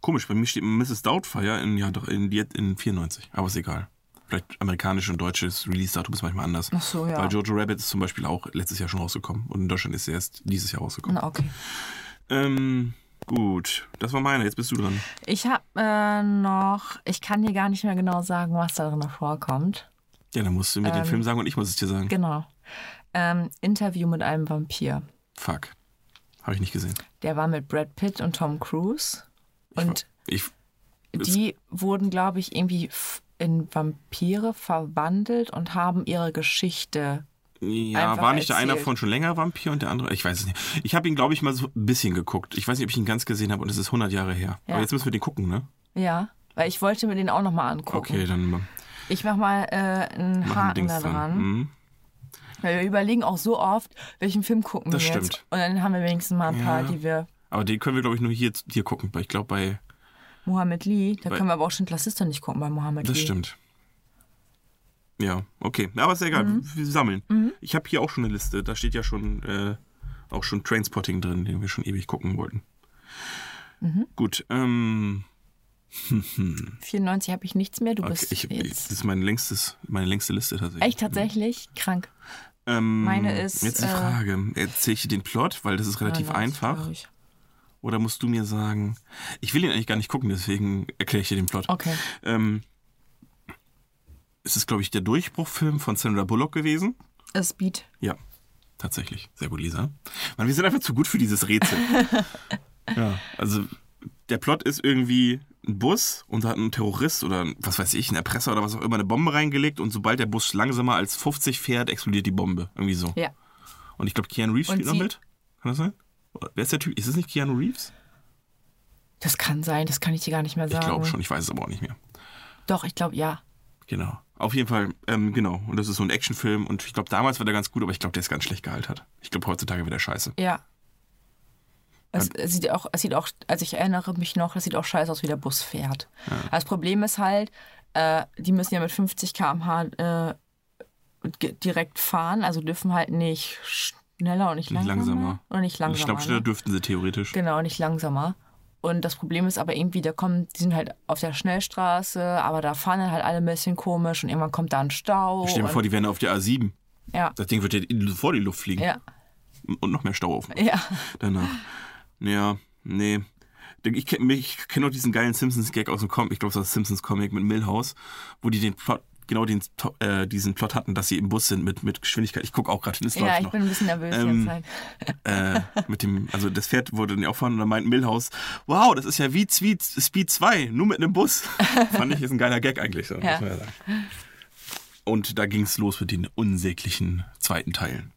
Komisch, bei mir steht Mrs. Doubtfire in, ja, doch, in, die- in 94, aber ist egal. Vielleicht amerikanisches und deutsches Release-Datum ist manchmal anders. Ach so, ja. Weil Jojo Rabbit ist zum Beispiel auch letztes Jahr schon rausgekommen und in Deutschland ist er erst dieses Jahr rausgekommen. Na, okay. Ähm, gut, das war meine, jetzt bist du dran. Ich habe äh, noch, ich kann dir gar nicht mehr genau sagen, was da drin noch vorkommt. Ja, dann musst du mir Ähm, den Film sagen und ich muss es dir sagen. Genau. Ähm, Interview mit einem Vampir. Fuck. Habe ich nicht gesehen. Der war mit Brad Pitt und Tom Cruise. Und Ich, die wurden, glaube ich, irgendwie f- in Vampire verwandelt und haben ihre Geschichte. Ja, einfach war nicht der erzählt. einer von schon länger Vampir und der andere? Ich weiß es nicht. Ich habe ihn, glaube ich, mal so ein bisschen geguckt. Ich weiß nicht, ob ich ihn ganz gesehen habe und es ist 100 Jahre her. Ja. Aber jetzt müssen wir den gucken, ne? Ja, weil ich wollte mir den auch nochmal angucken. Okay, dann ma- machen Ich mach mal äh, einen wir Haken Dings da dran. dran. Mhm. Weil wir überlegen auch so oft, welchen Film gucken Das wir jetzt. stimmt. Und dann haben wir wenigstens mal ein Ja. paar, die wir. Aber den können wir, glaube ich, nur hier, hier gucken, weil ich glaube, bei. Mohammed Lee, da Weil- können wir aber auch Schindlers Liste nicht gucken bei Mohammed Das Lee. stimmt. Ja, okay. Na, Aber ist ja egal. Mhm. Wir sammeln. Ich habe hier auch schon eine Liste. Da steht ja schon äh, auch schon Trainspotting drin, den wir schon ewig gucken wollten. Mhm. Gut. Ähm, 94 habe ich nichts mehr, du okay, bist ich, ich, das jetzt. ist mein längstes, meine längste Liste tatsächlich. Echt tatsächlich krank. Ähm, Meine ist, Jetzt die äh, Frage: Erzähle ich dir den Plot, weil das ist relativ 93, einfach? glaub ich. Oder musst du mir sagen, ich will ihn eigentlich gar nicht gucken, deswegen erkläre ich dir den Plot. Okay. Ähm, es ist, glaube ich, der Durchbruchfilm von Sandra Bullock gewesen. Äh, Speed. Ja, tatsächlich. Sehr gut, Lisa. Mann, wir sind einfach zu gut für dieses Rätsel. ja, also der Plot ist irgendwie ein Bus und da hat ein Terrorist oder ein, was weiß ich, ein Erpresser oder was auch immer eine Bombe reingelegt und sobald der Bus langsamer als 50 fährt, explodiert die Bombe. Irgendwie so. Ja. Und ich glaube, Keanu Reeves Und spielt noch sie- mit. Kann das sein? Oder Wer ist der Typ? Ist es nicht Keanu Reeves? Das kann sein, das kann ich dir gar nicht mehr Ich sagen. glaube schon, ich weiß es aber auch nicht mehr. Doch, ich glaube ja. Genau. Auf jeden Fall, ähm, genau. Und das ist so ein Actionfilm. Und ich glaube, damals war der ganz gut, aber ich glaube, der ist ganz schlecht gealtert. Ich glaube, heutzutage wird der scheiße. Ja. Es, es sieht auch, es sieht auch, also ich erinnere mich noch, es sieht auch scheiße aus, wie der Bus fährt. Das Problem ist halt, äh, die müssen ja mit 50 km/h äh, ge- direkt fahren, also dürfen halt nicht schneller und nicht Nicht langsamer. langsamer. Also Und nicht An der langsamer. Schnappstelle ne? dürften sie theoretisch. Genau, nicht langsamer. Und das Problem ist aber irgendwie, da kommen, die sind halt auf der Schnellstraße, aber da fahren dann halt alle ein bisschen komisch und irgendwann kommt da ein Stau. Stell dir mal vor, und, die wären auf der A7. ja, Das Ding wird dir vor die Luft fliegen. ja, Und noch mehr Stau auf. ja. Danach. Ja, nee. Ich kenne ich kenn auch diesen geilen Simpsons-Gag aus dem Comic, ich glaube, das ist Simpsons-Comic mit Millhouse, wo die den Plot, genau den, To- äh, diesen Plot hatten, dass sie im Bus sind mit, mit Geschwindigkeit. Ich gucke auch gerade, das Ja, läuft ich noch. bin ein bisschen nervös Ähm, jetzt halt. äh, mit dem, also das Pferd wurde dann auch fahren und dann meint Millhouse, wow, das ist ja wie Zwie- Speed 2, nur mit einem Bus. Fand ich, ist ein geiler Gag eigentlich. So, muss man ja sagen. Und da ging es los mit den unsäglichen zweiten Teilen.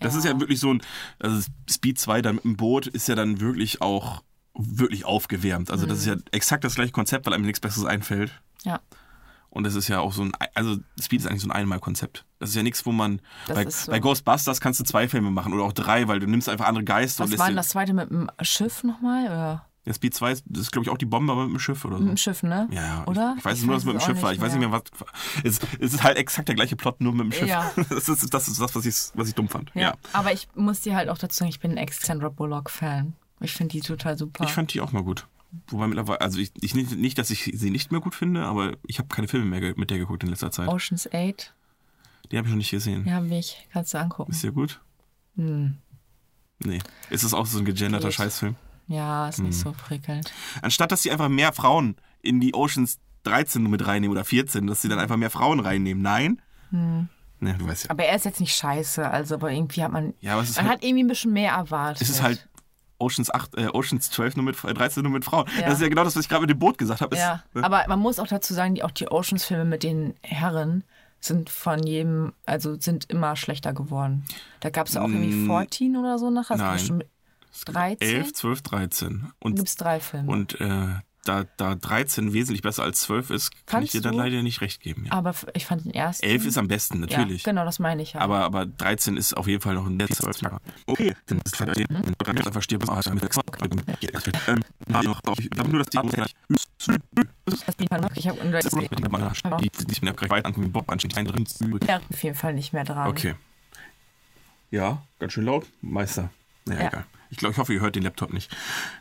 Das ist ja wirklich so ein, also Speed 2 dann mit dem Boot ist ja dann wirklich auch wirklich aufgewärmt. Also das ist ja exakt das gleiche Konzept, weil einem nichts Besseres einfällt. Ja. Und das ist ja auch so ein, also Speed ist eigentlich so ein Einmalkonzept. Das ist ja nichts, wo man, Das bei, ist so. bei Ghostbusters kannst du zwei Filme machen oder auch drei, weil du nimmst einfach andere Geister. Was und lässt war dir- denn das zweite mit dem Schiff nochmal? Oder? Ja, Speed 2 ist, das ist glaube ich, auch die Bombe, aber mit dem Schiff oder so. Mit dem Schiff, ne? Ja, ja. Oder? Ich, ich weiß nur, dass es mit dem auch Schiff war. Ich weiß nicht mehr, was. Es, es ist halt exakt der gleiche Plot, nur mit dem Schiff. Ja. Das, ist, das ist das, was ich, was ich dumm fand. Ja. Ja. Aber ich muss dir halt auch dazu sagen, ich bin ein Extendra Bullock-Fan. Ich finde die total super. Ich fand die auch mal gut. Wobei mittlerweile, also ich, ich nicht, nicht, dass ich sie nicht mehr gut finde, aber ich habe keine Filme mehr ge- mit der geguckt in letzter Zeit. Ocean's 8, Die habe ich noch nicht gesehen. ja, mich. Kannst du angucken. Ist der gut? Hm. Nee. Ist es auch so ein gegenderter Geht. Scheißfilm? Ja, ist nicht so Hm. prickelnd. Anstatt dass sie einfach mehr Frauen in die Oceans 13 mit reinnehmen oder 14, dass sie dann einfach mehr Frauen reinnehmen. Nein? Ne, du weißt Hm. ja. Aber er ist jetzt nicht scheiße, also, aber irgendwie hat man. Ja, aber es ist man halt- hat irgendwie ein bisschen mehr erwartet. Es ist halt Oceans, 8, äh, Oceans 12 nur mit 13 nur mit Frauen. Ja. Das ist ja genau das, was ich gerade mit dem Boot gesagt habe. Es- Ja, ne? aber man muss auch dazu sagen, die, auch die Oceans-Filme mit den Herren sind von jedem, also sind immer schlechter geworden. Da gab es ja auch irgendwie 14 oder so nachher. Es gibt Mm. Nein. bestimmt 13? 11, 12, 13. Und, Gibt es drei Filme. und äh, da, da 13 wesentlich besser als 12 ist, kann ich Fandst dir dann du? leider nicht recht geben. Ja. aber f- ich fand den ersten. 11 ist am besten, natürlich. Ja, genau, das meine ich ja. Aber, aber 13 ist auf jeden Fall noch ein Netz. Okay, dann ist vielleicht einfach stirbt. Ah, damit Ähm, ah, noch, ich glaube nur, dass die das bin ich, ich habe mit dem Mann die sind nicht mehr gleich weit ankommen, Bob anschließend ein drin. auf jeden Fall nicht mehr dran. Okay. Ja, ganz schön laut. Meister. Naja, Ja. egal. Ich glaube, ich hoffe, ihr hört den Laptop nicht.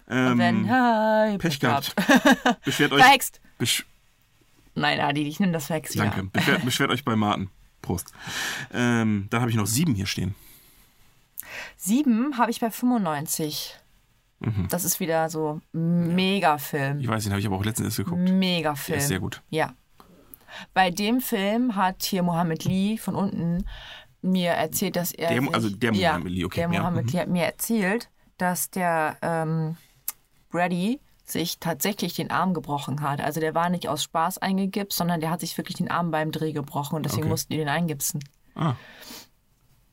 Und Wenn, Ähm, hi, Pech gehabt. Beschwert euch. Verhext. Besch Nein, Adi, ich nehme das Verhext wieder. Danke. Beschwert, beschwert euch bei Martin. Prost. Ähm, dann habe ich noch sieben hier stehen. Sieben habe ich bei 95. Mhm. Das ist wieder so Mega-Film. Ich weiß nicht, habe ich aber auch letztens erst Mhm. geguckt. Mega-Film. Der ist sehr gut. Ja. Bei dem Film hat hier Mohammed Lee von unten mir erzählt, dass er. Der- sich- also der Mohammed Lee, okay, Der ja, mhm. Mohammed Lee hat mir erzählt, dass der ähm, Brady sich tatsächlich den Arm gebrochen hat. Also der war nicht aus Spaß eingegipst, sondern der hat sich wirklich den Arm beim Dreh gebrochen und deswegen Okay. mussten die den eingipsen. Ah,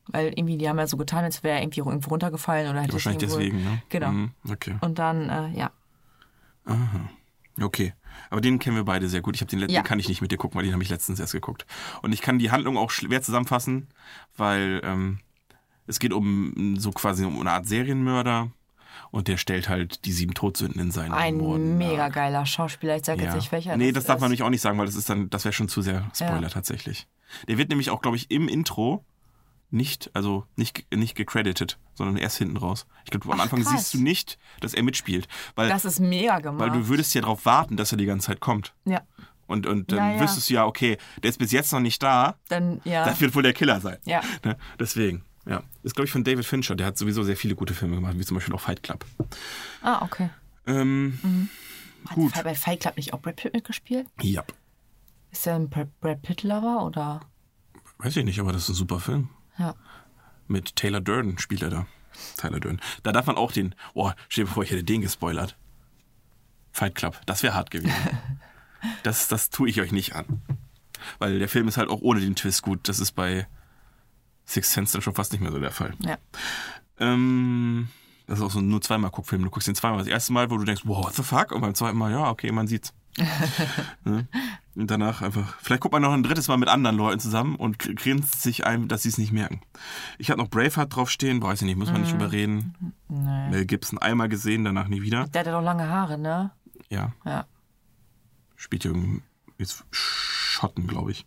Weil irgendwie, die haben ja so getan, als wäre er irgendwie irgendwo runtergefallen oder hätte sich wahrscheinlich irgendwo- deswegen, ne? Genau. Mhm, okay. Und dann, äh, ja. Okay. Aber den kennen wir beide sehr gut. Ich habe den letzten, Ja. den kann ich nicht mit dir gucken, weil den habe ich letztens erst geguckt. Und ich kann die Handlung auch schwer zusammenfassen, weil ähm, es geht um so quasi um eine Art Serienmörder und der stellt halt die sieben Todsünden in seinen Ein Morden nach. mega geiler Schauspieler. Ich sage Ja. jetzt nicht welcher. nee, das, darf ist. man nämlich auch nicht sagen, weil das ist dann, das wäre schon zu sehr Spoiler Ja. tatsächlich. Der wird nämlich auch, glaube ich, im Intro nicht, also nicht, nicht gecredited, sondern erst hinten raus. Ich glaube, am Ach, Anfang krass. siehst du nicht, dass er mitspielt. Weil, Das ist mega gemacht. weil du würdest ja darauf warten, dass er die ganze Zeit kommt. ja. Und, und dann Naja. wüsstest du ja, okay, der ist bis jetzt noch nicht da, Dann, ja. das wird wohl der Killer sein. Ja. Ne? Deswegen, ja. Ist, glaube ich, von David Fincher, der hat sowieso sehr viele gute Filme gemacht, wie zum Beispiel auch Fight Club. Ah, okay. Ähm, Gut. Hat bei Mhm. Fight Club nicht auch Brad Pitt mitgespielt? Ja. Ist er ein Br- Brad Pitt-Lover oder? Weiß ich nicht, aber das ist ein super Film. Ja. Mit Taylor Durden spielt er da. Taylor Durden. Da darf man auch den. Oh, stell dir vor, ich hätte den gespoilert. Fight Club. Das wäre hart gewesen. das, das tue ich euch nicht an. Weil der Film ist halt auch ohne den Twist gut. Das ist bei Sixth Sense dann schon fast nicht mehr so der Fall. Ja. Ähm, das ist auch so ein nur zweimal Guckfilm. Du guckst den zweimal. Das erste Mal, wo du denkst, wow, what the fuck? Und beim zweiten Mal, ja, okay, man sieht's. ne? Und danach einfach. Vielleicht guckt man noch ein drittes Mal mit anderen Leuten zusammen und gr- grinst sich ein, dass sie es nicht merken. Ich habe noch Braveheart draufstehen, weiß ich nicht, muss man nicht drüber reden. Mhm. Nee. Mel Gibson einmal gesehen, danach nie wieder. Der hat ja doch lange Haare, ne? Ja, Ja. spielt irgendwie jetzt Schotten, glaube ich.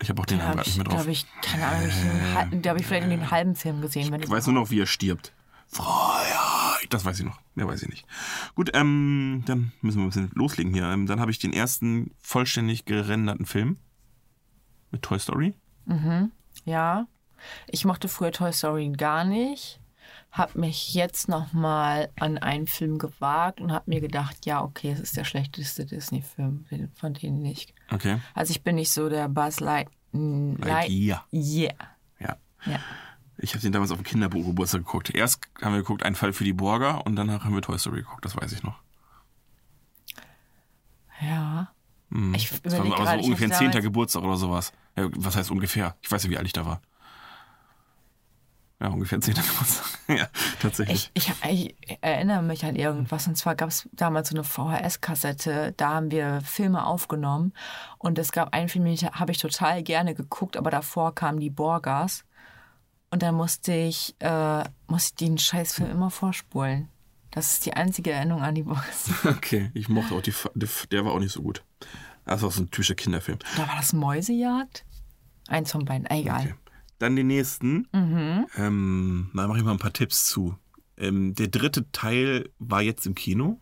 Ich habe auch den Den Namen habe gerade ich, nicht mehr drauf. Äh, glaube ich, keine Ahnung, ich den hal- den habe ich vielleicht in den halben Film gesehen. Wenn Ich weiß nur noch, wie er stirbt. Freiheit. Das weiß ich noch. Mehr weiß ich nicht. Gut, ähm, dann müssen wir ein bisschen loslegen hier. Ähm, dann habe ich den ersten vollständig gerenderten Film mit Toy Story. Ja. Ich mochte früher Toy Story gar nicht. Hab mich jetzt nochmal an einen Film gewagt und hab mir gedacht, ja, okay, es ist der schlechteste Disney-Film, von denen nicht. Okay. Also ich bin nicht so der Buzz Light. Light. Lightyear. Yeah. Ja. Ja. Ich habe den damals auf dem Kindergeburtstag geguckt. Erst haben wir geguckt, ein Fall für die Borger und danach haben wir Toy Story geguckt, das weiß ich noch. Ja. Hm. Ich Das war überleg aber gerade, so ich ungefähr ein hatte zehnter damals- Geburtstag oder sowas. Ja, was heißt ungefähr? Ich weiß ja, wie alt ich da war. Ja, ungefähr zehnter Geburtstag. ja, tatsächlich. Ich, ich, ich erinnere mich an irgendwas. Und zwar gab es damals so eine VHS-Kassette. Da haben wir Filme aufgenommen. Und es gab einen Film, den ich- habe ich total gerne geguckt, aber davor kamen die Borgas. Und dann musste ich, äh, musste ich den Scheißfilm immer vorspulen. Das ist die einzige Erinnerung an die Borgas. Okay, ich mochte auch die, Fa- die F- der war auch nicht so gut. Das war so ein typischer Kinderfilm. Da war das Mäusejagd? Eins von beiden, egal. Okay. Dann den nächsten. Mhm. Ähm, da mache ich mal ein paar Tipps zu. Ähm, der dritte Teil war jetzt im Kino.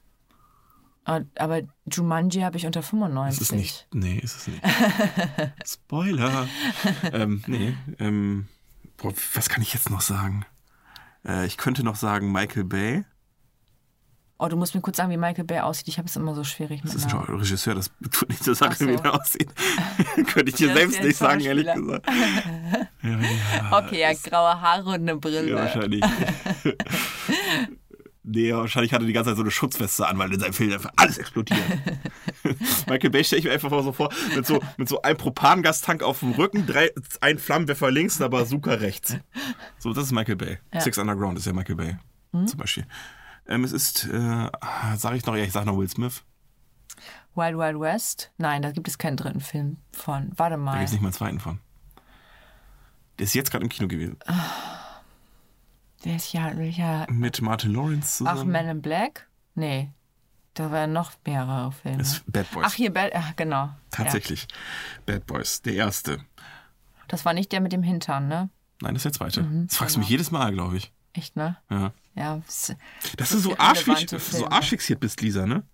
Aber- Ah, Aber Jumanji habe ich unter 95. Ist es nicht? Nee, ist es nicht. Spoiler. ähm, nee. Ähm, boah, was kann ich jetzt noch sagen? Äh, ich könnte noch sagen Michael Bay. Oh, du musst mir kurz sagen, wie Michael Bay aussieht. Ich habe es immer so schwierig mit Das ist Namen. ein Regisseur, das tut nicht zur Sache, Genau. Ach so. wie der aussieht. könnte ich dir Das ist selbst ja ein nicht sagen, ehrlich Schauspieler. gesagt. ja, ja. Okay, ja, graue Haare und eine Brille. Ja, wahrscheinlich. nee, wahrscheinlich hatte die ganze Zeit so eine Schutzweste an, weil in seinem Film einfach alles explodiert. Michael Bay stelle ich mir einfach mal so vor, mit so, mit so einem Propangastank auf dem Rücken, drei, ein Flammenwerfer links, eine Bazooka rechts. So, das ist Michael Bay. Six Underground ist ja Mhm. Michael Bay, zum Beispiel. Ähm, es ist, äh, sage ich noch, ja, ich sage noch Will Smith. Wild Wild West? Nein, da gibt es keinen dritten Film von. Warte Da mal. gibt es nicht mal einen zweiten von. Der ist jetzt gerade im Kino gewesen. Der ist ja, welcher. Mit Martin Lawrence zusammen. Ach, Men in Black? Nee. Da waren noch mehrere Filme. Das ist Bad Boys. Ach, hier, Bad, ach, genau. Tatsächlich. Bad Boys, der erste. Ja. Das war nicht der mit dem Hintern, ne? Nein, das ist der zweite. Mhm. das fragst du Genau. mich jedes Mal, glaube ich. Echt, ne? Ja. Ja. s- Dass du so, viele arschfix, relevante so Filme. arschfixiert bist, Lisa, ne?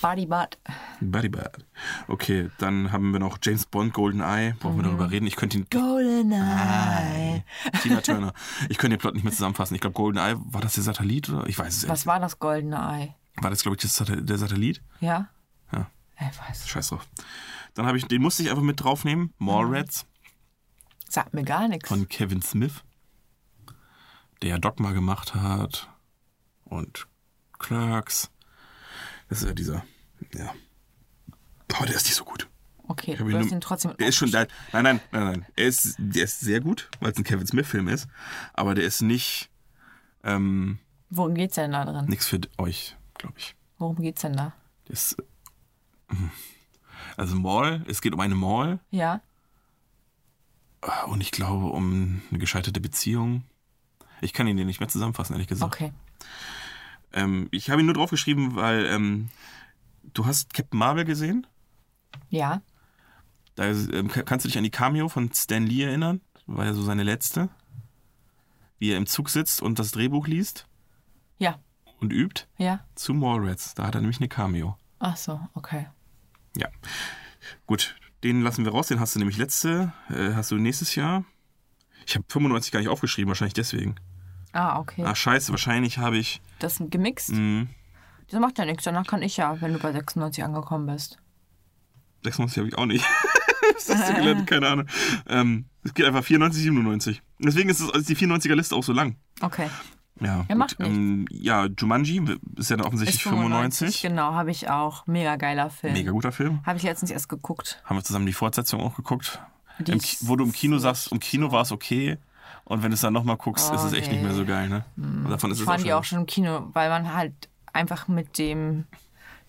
Body Butt. Buddy bad. Okay, dann haben wir noch James Bond, Golden Eye. Mhm. Brauchen wir darüber reden? Ich könnte ihn. Goldeneye. Tina Turner. Ich könnte den Plot nicht mehr zusammenfassen. Ich glaube, Golden Eye, war das der Satellit oder? Ich weiß es Was nicht. war das goldene Ei? War das, glaube ich, das Sat- der Satellit? Ja? Ja. Ich weiß. Scheiß drauf. Dann habe ich, den musste ich einfach mit draufnehmen. Mallrats Sagt mir gar nichts. von Kevin Smith, der ja Dogma gemacht hat und Clerks. Das ist ja dieser, ja. Aber der ist nicht so gut. Okay, Ich hab du ihn hast nur- ihn trotzdem. Der ist schon, nein, nein, nein, nein, nein. Er ist, der ist sehr gut, weil es ein Kevin Smith-Film ist, aber der ist nicht, ähm, Worum geht's denn da drin? nix für euch, glaube ich. Worum geht's denn da? Der ist, äh, also Mall, es geht um eine Mall Ja? und ich glaube um eine gescheiterte Beziehung. Ich kann ihn dir nicht mehr zusammenfassen, ehrlich gesagt. Okay. Ähm, ich habe ihn nur draufgeschrieben, weil ähm, du hast Captain Marvel gesehen. Ja? Da ähm, ka- kannst du dich an die Cameo von Stan Lee erinnern? War ja so seine letzte. Wie er im Zug sitzt und das Drehbuch liest Ja? und übt Ja? zu Mallrats. Da hat er nämlich eine Cameo. Ach so, okay. Ja. Gut, den lassen wir raus. Den hast du nämlich letzte, äh, hast du nächstes Jahr. Ich habe 95 gar nicht aufgeschrieben, wahrscheinlich deswegen. Ah, okay. Ach Mhm. scheiße, wahrscheinlich habe ich. hm, Das ist gemixt. Mh, Das macht ja nichts. Danach kann ich ja, wenn du bei 96 angekommen bist. 96 habe ich auch nicht. Was hast Ah. du gelernt? Keine Ahnung. Ähm, es geht einfach 94, 97. Deswegen ist, es, ist die 94er-Liste auch so lang. Okay. Ja, Ja, macht Ähm, ja, Jumanji ist ja dann offensichtlich 95. Genau, habe ich auch. Mega geiler Film. Mega guter Film. Habe ich letztens erst geguckt. Haben wir zusammen die Fortsetzung auch geguckt. Die Im, ist Ki- wo du im Kino sagst, im Kino war es okay. Und wenn du es dann nochmal guckst, ist es echt nicht mehr so geil. Ne? Davon ist Ich Hm. es fand die schon- auch schon im Kino, weil man halt einfach mit dem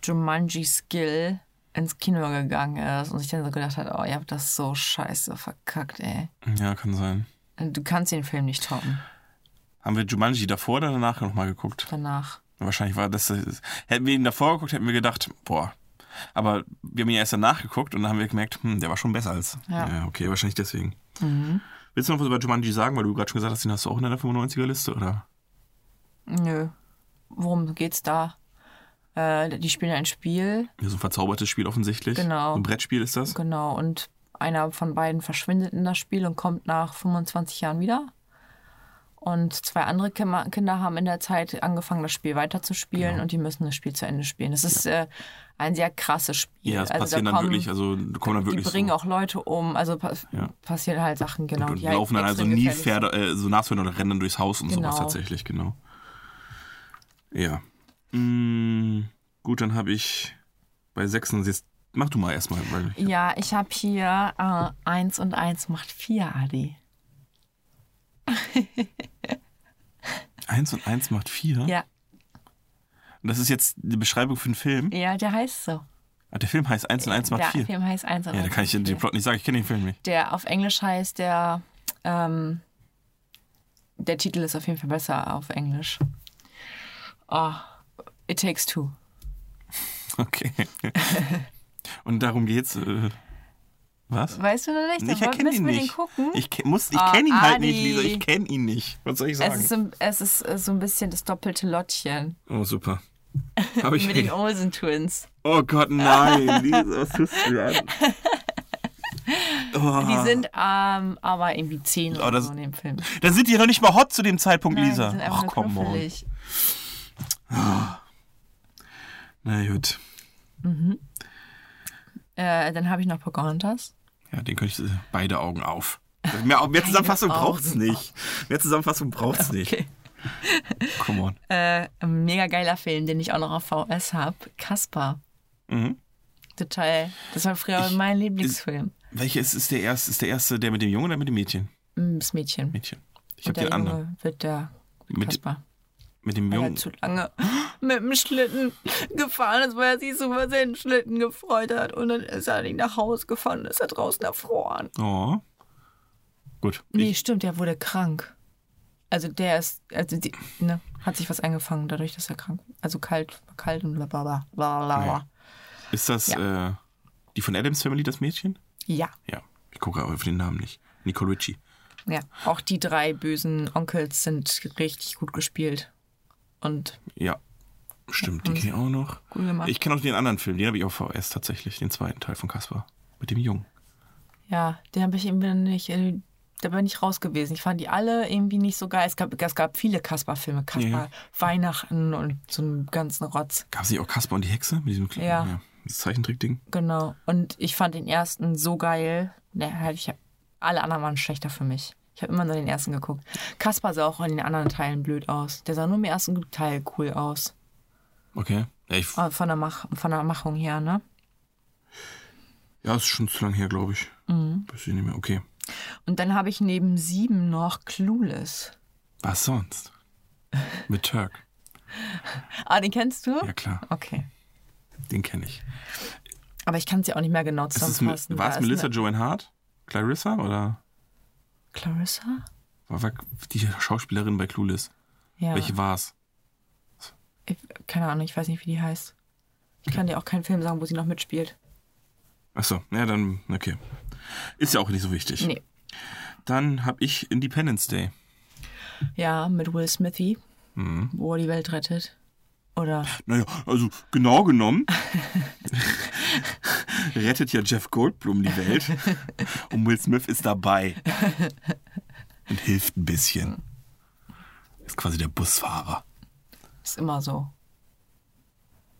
Jumanji-Skill ins Kino gegangen ist und sich dann so gedacht hat, oh, ihr habt das so scheiße verkackt, ey. Ja, kann sein. Und Du kannst den Film nicht toppen. Haben wir Jumanji davor oder danach nochmal geguckt? Danach. Wahrscheinlich war das, äh, Hätten wir ihn davor geguckt, hätten wir gedacht, boah. Aber wir haben ihn erst danach geguckt und dann haben wir gemerkt, hm, der war schon besser als. Ja. Mhm. okay, wahrscheinlich deswegen. Willst du noch was über Jumanji sagen, weil du gerade schon gesagt hast, den hast du auch in deiner 95er-Liste, oder? Nö. Worum geht's da? Äh, die spielen ein Spiel, Ja, so ein verzaubertes Spiel offensichtlich. Genau. So ein Brettspiel ist das. genau, und einer von beiden verschwindet in das Spiel und kommt nach 25 Jahren wieder. Und zwei andere Kim- Kinder haben in der Zeit angefangen, das Spiel weiterzuspielen Genau. und die müssen das Spiel zu Ende spielen. Das ist äh, ein sehr krasses Spiel. Ja, es Also da passieren dann kommen- wirklich, also da kommen dann Die wirklich. bringen so, auch Leute um, also pass- Ja. passieren halt Sachen, genau. und die halt laufen dann also extrem nie gefährlich sind. Pferde, äh, so Nashörner oder rennen durchs Haus und sowas Genau. tatsächlich, genau. Ja. Mm, gut, dann habe ich bei 96. Mach du mal erstmal, weil. Ja, ich habe hier äh, 1 und 1 macht 4, Adi. Eins und eins macht vier. Ja, Und das ist jetzt die Beschreibung für den Film. ja der heißt so. Ah, der Film heißt Eins und eins der macht vier. Film heißt 1 und Ja, da eins kann ich macht den vier. Plot nicht sagen, ich kenne den Film nicht. Der auf Englisch heißt der. Ähm, der Titel ist auf jeden Fall besser auf Englisch. Oh, It Takes Two. Okay. Und darum geht's. Äh, was? Weißt du noch nicht? Ich Da erkenne müssen ihn wir nicht. den gucken. Ich ke- muss, ich Ah, kenne ihn halt Adi. nicht, Lisa. Ich kenne ihn nicht. Was soll ich es, sagen? ist so, es ist äh, so ein bisschen das doppelte Lottchen oh super. Hab ich mit den Olsen Twins. oh Gott, nein, Lisa, was tust du da? Oh, Die sind ähm, aber irgendwie zehn oder das- so in dem Film. da sind die noch nicht mal hot zu dem Zeitpunkt, Nein, die Lisa. sind einfach Ach, nur komm on. knuffelig. Na gut. Äh, dann habe ich noch Pocahontas. Ja, den könnte ich äh, beide Augen auf. Mehr, mehr Zusammenfassung Augen braucht's nicht. Mehr Zusammenfassung braucht's nicht. Okay. Come on. Äh, ein mega geiler Film, den ich auch noch auf VS habe. Kasper. Mhm. Total. Das war früher Ich- mein Lieblingsfilm. Welcher ist, ist der erste? Ist der erste der mit dem Jungen oder mit dem Mädchen? Mm, Das Mädchen. Mädchen. Ich habe Und der den anderen. Junge wird der Mit- Kasper. Mit dem Weil Jungen. er zu lange mit dem Schlitten gefahren ist, weil er sich so über seinen Schlitten gefreut hat. Und dann ist er nicht nach Hause gefahren und ist er draußen erfroren. Oh. Gut. Nee, Ich, stimmt, der wurde krank. Also der ist, also die, ne, hat sich was eingefangen, dadurch, dass er krank, also kalt, war kalt und bla bla bla bla bla. bla. ist das äh, die von Adams Family, das Mädchen? Ja, Ja. Ich gucke aber auf den Namen nicht. Nicole Ritchie. ja. Auch die drei bösen Onkels sind richtig gut gespielt und Ja. Stimmt, die kenne ich auch noch. Hm. cool gemacht. Ich kenne auch den anderen Film, den habe ich auf VS tatsächlich, den zweiten Teil von Caspar. Mit dem Jungen. Ja, den habe ich eben wieder nicht, äh, da bin ich raus gewesen. Ich fand die alle irgendwie nicht so geil. Es gab, es gab viele Kasper-Filme. Kasper, Ja. Weihnachten und so einen ganzen Rotz. Gab es nicht auch Caspar und die Hexe? Mit diesem kleinen Ja. Das Zeichentrickding? Genau. Und ich fand den ersten so geil. Ne, halt, ich hab, alle anderen waren schlechter für mich. Ich habe immer nur den ersten geguckt. Kasper sah auch in den anderen Teilen blöd aus. Der sah nur im ersten Teil cool aus. Okay. Ja, ich, Aber Von der, Mach, von der Machung her, ne? ja, ist schon zu lang her, glaube ich. Mhm. Weiß ich nicht mehr. Okay. Und dann habe ich neben sieben noch Clueless. Was sonst? Mit Turk. Ah, den kennst du? Ja, klar. Okay. Den kenne ich. Aber ich kann es ja auch nicht mehr genau Ist es, zusammenfassen. Mi- war Da es ist Melissa eine- Joan Hart? Clarissa oder? Clarissa? War, war die Schauspielerin bei Clueless? Ja. Welche war's? ich, keine Ahnung, ich weiß nicht, wie die heißt. Ich kann dir auch keinen Film sagen, wo sie noch mitspielt. Achso, ja, dann, okay. Ist ja auch nicht so wichtig. Nee. Dann habe ich Independence Day. Ja, mit Will Smithy, Mhm. wo er die Welt rettet. Oder Naja, also genau genommen rettet ja Jeff Goldblum die Welt und Will Smith ist dabei und hilft ein bisschen. Ist quasi der Busfahrer. ist immer so.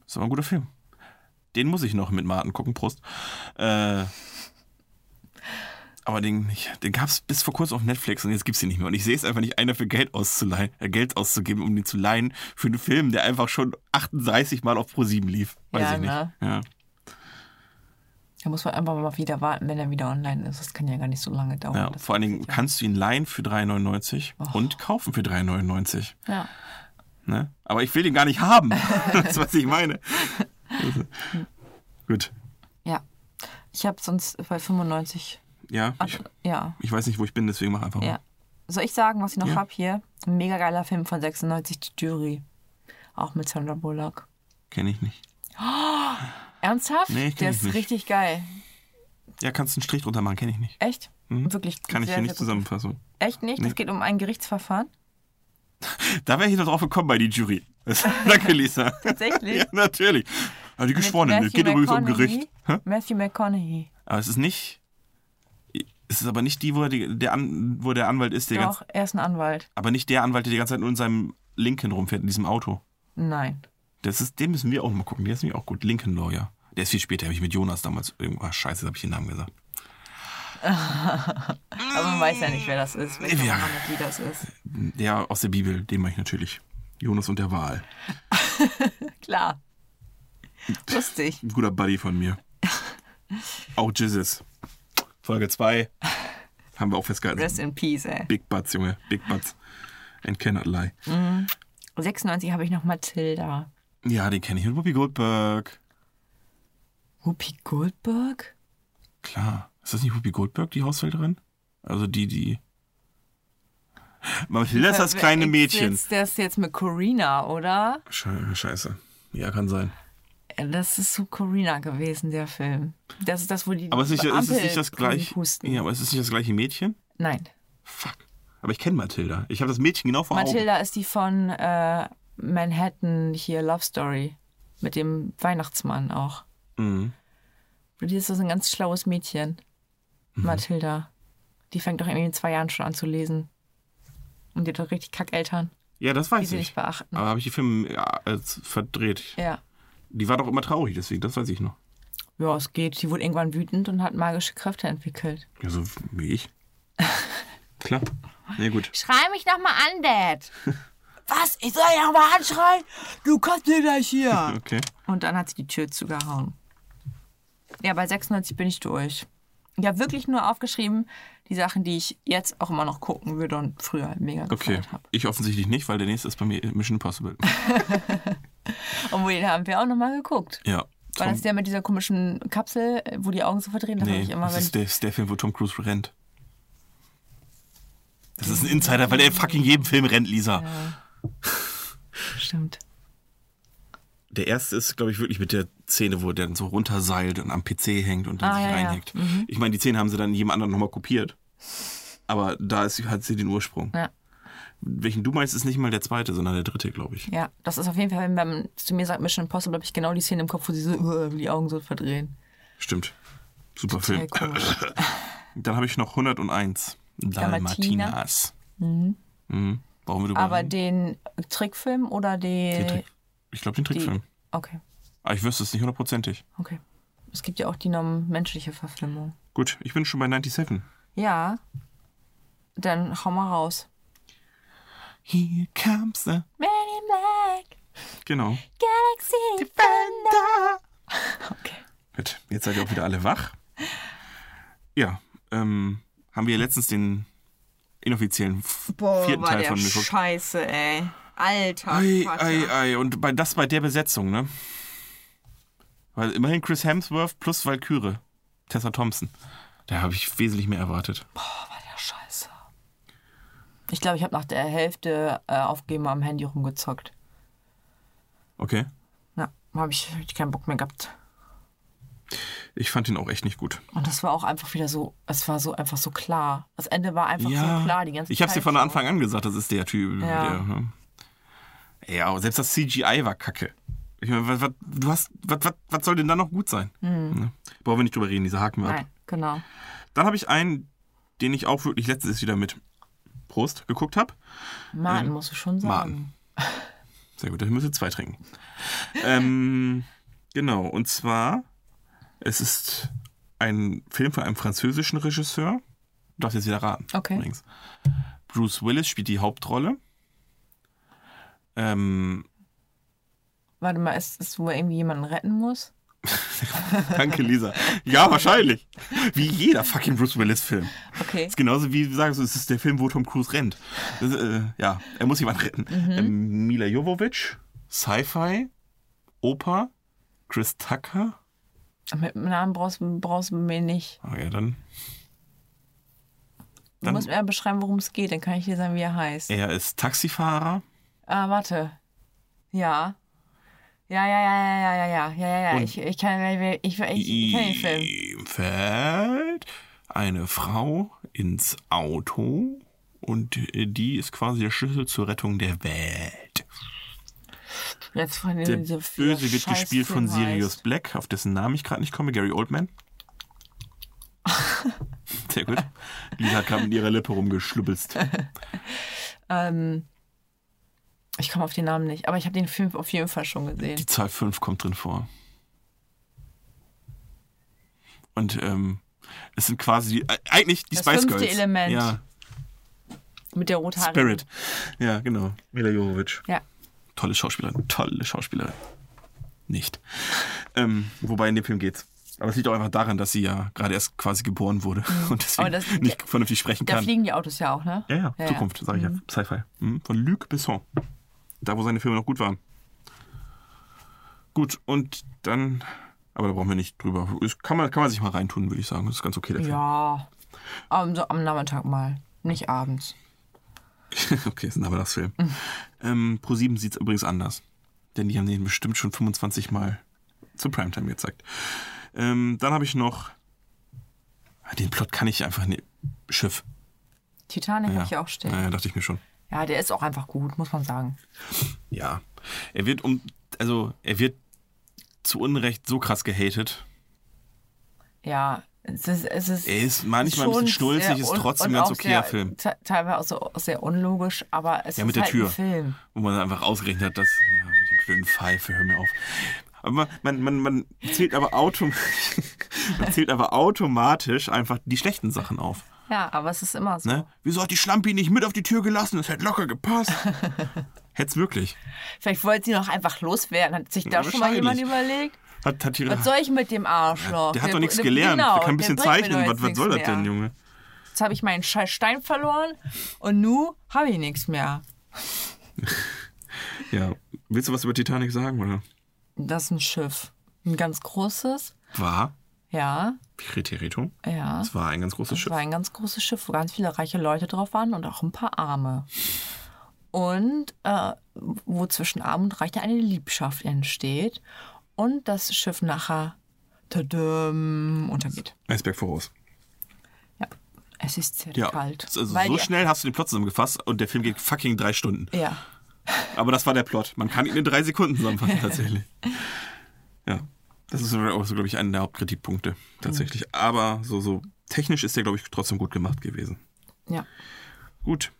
Ist aber ein guter Film. Den muss ich noch mit Martin gucken, Prost. Äh, aber den, ich- den gab es bis vor kurzem auf Netflix und jetzt gibt es ihn nicht mehr. Und ich sehe es einfach nicht ein, dafür Geld, auszuleihen, äh, Geld auszugeben, um den zu leihen für einen Film, der einfach schon 38 Mal auf Pro7 lief. Weiß Ja, ich nicht. ne? Ja. Da muss man einfach mal wieder warten, wenn er wieder online ist. Das kann ja gar nicht so lange dauern. Ja, Das vor allen passiert Dingen kannst du ihn leihen für 3,99 und kaufen für 3,99. Ja. ja. Ne? Hm. Aber ich will den gar nicht haben. das ist, was ich meine. Gut. Ja. Ich habe sonst bei 95. Ja, Ach, ich, ja, ich weiß nicht, wo ich bin, deswegen mach einfach mal. ja. Soll ich sagen, was ich noch Ja. hab hier? Ein mega geiler Film von 96, die Jury. Auch mit Sandra Bullock. Kenne ich nicht. Ernsthaft? Nee, kenn Der ich ist nicht. richtig geil. Ja, kannst einen Strich drunter machen, kenne ich nicht. Echt? Wirklich. Mhm. Kann ich sehr, hier sehr nicht gut. zusammenfassen. Echt nicht? Es Nee. geht um ein Gerichtsverfahren. Da wäre ich noch drauf gekommen bei die Jury. Danke, Lisa. Tatsächlich. ja, natürlich. Aber die Mit Geschworenen, es Matthew geht übrigens um Gericht. Hä? McConaughey. Matthew McConaughey. Aber es ist nicht. Es ist aber nicht die, wo er die, der, An, wo der Anwalt ist, der ganz, Doch, er ist ein Anwalt. aber nicht der Anwalt, der die ganze Zeit nur in seinem Lincoln rumfährt, in diesem Auto. Nein. Das ist, den müssen wir auch mal gucken. Der ist nämlich auch gut. Lincoln Lawyer. Der ist viel später, habe ich mit Jonas damals. irgendwo- Ah, scheiße, habe ich den Namen gesagt. Aber man weiß ja nicht, wer das ist. Welcher Ja. Mann und wie das ist. Der aus der Bibel, den mache ich natürlich. Jonas und der Wahl. Klar. Lustig. Ein guter Buddy von mir. Auch Jesus. Folge 2. Haben wir auch festgehalten. Rest in peace, ey. Big Butts, Junge. Big Butts. And cannot lie. 96 habe ich noch Matilda. Ja, den kenne ich mit Whoopi Goldberg. Whoopi Goldberg? Klar. Ist das nicht Whoopi Goldberg, die Haushälterin? Also die, die. Mathilda ist das kleine Mädchen. Jetzt, das ist jetzt mit Corina, oder? Sche- Scheiße. Ja, kann sein. Das ist so Corina gewesen, der Film. Das ist das, wo die. Aber es ist, es ist nicht das Ampelkugeln gleiche. Pusten. Ja, aber es ist nicht das gleiche Mädchen. Nein. Fuck. Aber ich kenne Mathilda. Ich habe das Mädchen genau vor Augen. Matilda ist die von äh, Manhattan hier, Love Story. Mit dem Weihnachtsmann auch. Mhm. Die ist so ein ganz schlaues Mädchen. Mhm. Matilda. Die fängt doch irgendwie mit zwei Jahren schon an zu lesen. Und die hat doch richtig Kackeltern, Ja, das die weiß sie ich. nicht beachten. Aber habe ich die Filme ja, als verdreht. Ja. Die war doch immer traurig, deswegen, das weiß ich noch. Ja, es geht. Die wurde irgendwann wütend und hat magische Kräfte entwickelt. Ja, so wie ich. Klar. Na ja, gut. Schrei mich doch mal an, Dad. Was? Ich soll ja mal anschreien? Du kannst dir das hier. Okay. und dann hat sie die Tür zugehauen. Ja, bei 96 bin ich durch. Ich habe wirklich nur aufgeschrieben, die Sachen, die ich jetzt auch immer noch gucken würde und früher mega Okay. gefeiert habe. Ich offensichtlich nicht, weil der nächste ist bei mir Mission Impossible. Obwohl, den haben wir auch nochmal geguckt. Ja. War Tom, das der mit dieser komischen Kapsel, äh, wo die Augen so verdrehen? Das hab nee, ich immer, das wenn ist der, ist der Film, wo Tom Cruise rennt. Das ist ein Insider, weil er in fucking jedem Film rennt, Lisa. Stimmt. Der erste ist, glaube ich, wirklich mit der Szene, wo der dann so runterseilt und am PC hängt und dann Ah, sich ja, ja. reinhängt. Ich meine, die Szene haben sie dann jemand anderen nochmal kopiert. Aber da ist, hat sie den Ursprung. Ja. Welchen du meinst, ist nicht mal der zweite, sondern der dritte, glaube ich. Ja, das ist auf jeden Fall, wenn man zu mir sagt Mission Impossible, habe ich genau die Szene im Kopf, wo sie so äh, die Augen so verdrehen. Stimmt. Super Total Film. komisch. Dann habe ich noch 101. Dalmatinas. Mhm. Warum wir drüber Aber reden? den Trickfilm oder den... Mhm. Den Trick- Ich glaube, den Trickfilm. Okay, Aber Ah, ich wüsste es nicht hundertprozentig. okay. Es gibt ja auch die norm- menschliche Verfilmung. Gut, ich bin schon bei 97. Ja. Dann hau mal raus. Here comes the... Man in Black, Genau. Galaxy. Okay. Gut, jetzt seid ihr auch wieder alle wach. Ja, ähm, haben wir letztens den inoffiziellen f- vierten Teil von geguckt. Scheiße, ey. Alter. Ei, Vater. ei, ei. Und bei, das bei der Besetzung, ne? Weil immerhin Chris Hemsworth plus Valkyrie. Tessa Thompson. Da habe ich wesentlich mehr erwartet. War der Scheiße. Ich glaube, ich habe nach der Hälfte äh, aufgegeben am Handy rumgezockt. Okay. Na, habe ich hab keinen Bock mehr gehabt. Ich fand ihn auch echt nicht gut. Und das war auch einfach wieder so, es war so einfach so klar. Das Ende war einfach so klar, die ganze ich hab's dir Zeit von so. Anfang an gesagt, das ist der Typ. Ja. Der, ne? ja, aber selbst das CGI war kacke. Ich meine, was, was, du hast, was, was, was soll denn da noch gut sein? Ne? Brauchen wir nicht drüber reden, diese Haken wir ab. Hm. Nein, genau. Dann habe ich einen, den ich auch wirklich letztens wieder mit Prost geguckt habe. Martin, Ähm, musst du schon sagen. Martin. Sehr gut, ich müsste zwei trinken. ähm, genau, und zwar, es ist ein Film von einem französischen Regisseur. Du darfst jetzt wieder raten. Okay. Übrigens. Bruce Willis spielt die Hauptrolle. Ähm, Warte mal, ist es, wo er irgendwie jemanden retten muss? danke, Lisa. ja, wahrscheinlich. Wie jeder fucking Bruce Willis-Film. Okay. Ist genauso wie du sagst, es ist der Film, wo Tom Cruise rennt. Das, ist, äh, ja, er muss jemanden retten. Ähm, Mila Jovovich, Sci-Fi, Oper, Chris Tucker, Mit dem Namen brauchst, brauchst du mir nicht. Ah, ja, dann. Du Dann- musst mir ja beschreiben, worum es geht. Dann kann ich dir sagen, wie er heißt. Er ist Taxifahrer Ah, warte. Ja. Ja, ja, ja, ja, ja, ja, ja, ja, ja, ja. Ich, ich kann ich, ich, ich kenn den Film. Ihm fällt eine Frau ins Auto und äh, die ist quasi der Schlüssel zur Rettung der Welt. Jetzt von Der diese vier Böse wird scheiß gespielt von Filme Sirius heißt. Black, auf dessen Namen ich gerade nicht komme, Gary Oldman. Sehr gut. Lisa hat gerade mit ihrer Lippe rumgeschlubbelst. Ähm, ich komme auf den Namen nicht, aber ich habe den Film auf jeden Fall schon gesehen. Die Zahl 5 kommt drin vor. Und ähm, es sind quasi, die- äh, eigentlich die Das Spice fünfte Girls. Element. Ja, Mit der rothaarigen. Spirit. Ja, genau. Mila Jovovich. Ja. Tolle Schauspielerin. Tolle Schauspielerin. Nicht. Ähm, wobei in dem Film geht's. Aber es liegt auch einfach daran, dass sie ja gerade erst quasi geboren wurde und deswegen Aber das- nicht vernünftig sprechen Da kann. fliegen die Autos ja auch, ne? Ja, ja, Ja, ja. Zukunft, sag ich ja. Sci-Fi. Mhm. Von Luc Besson. Da, wo seine Filme noch gut waren. Gut, und dann. Aber da brauchen wir nicht drüber. Ist- Kann man, kann man sich mal reintun, würde ich sagen. Das ist ganz okay der Film. Ja. Am, so, am Nachmittag mal. Nicht abends. okay, ist ein Nachmittagsfilm. Ähm, Pro7 sieht es übrigens anders. Denn die haben den bestimmt schon 25 Mal zu Primetime gezeigt. Ähm, dann habe ich noch. Ah, Den Plot kann ich einfach nicht. Schiff. Titanic hab habe ich auch stehen. Naja, dachte ich mir schon. Ja, der ist auch einfach gut, muss man sagen. Ja. Er wird um. Also, er wird zu Unrecht so krass gehatet. Ja, es ist. Es ist Er ist manchmal ein schon bisschen schnulzig, sehr ist un- trotzdem und ganz auch okay, sehr, der Film. te- Teilweise auch sehr unlogisch, aber es Ja, ist mit der halt Tür. ein Film. Wo man einfach ausgerechnet hat, dass. Ja, mit dem blöden Pfeife, hör mir auf. Aber man, man, man, man zählt aber autom man zählt aber automatisch einfach die schlechten Sachen auf. Ja, aber es ist immer so. Ne? Wieso hat die Schlampi nicht mit auf die Tür gelassen? Das hätte locker gepasst. Hätt's wirklich. Vielleicht wollte sie noch einfach loswerden. Hat sich da Ja, schon mal jemand wahrscheinlich. überlegt? Hat, hat die, Was soll ich mit dem Arschloch? der hat doch nichts der- gelernt. Genau, der kann ein bisschen bringt mir doch zeichnen. jetzt Was, was nichts soll das denn, mehr. Junge? Jetzt habe ich meinen scheiß Stein verloren und nu habe ich nichts mehr. Ja. Willst du was über Titanic sagen, oder? Das ist ein Schiff. Ein ganz großes. War. Ja, Piteretum. ja. Es war ein ganz großes Das Schiff. war ein ganz großes Schiff, wo ganz viele reiche Leute drauf waren und auch ein paar Arme. Und äh, wo zwischen Arm und Reichen eine Liebschaft entsteht und das Schiff nachher tadam, untergeht. Eisberg voraus. Ja, es ist sehr Ja. kalt. Also Weil so die- schnell hast du den Plot zusammengefasst und der Film geht fucking drei Stunden. Ja, Aber das war der Plot. Man kann ihn in drei Sekunden zusammenfassen, tatsächlich. Ja. Das ist auch so, glaube ich, einer der Hauptkritikpunkte, tatsächlich. Aber so, so technisch ist der, glaube ich, trotzdem gut gemacht gewesen. ja. Gut.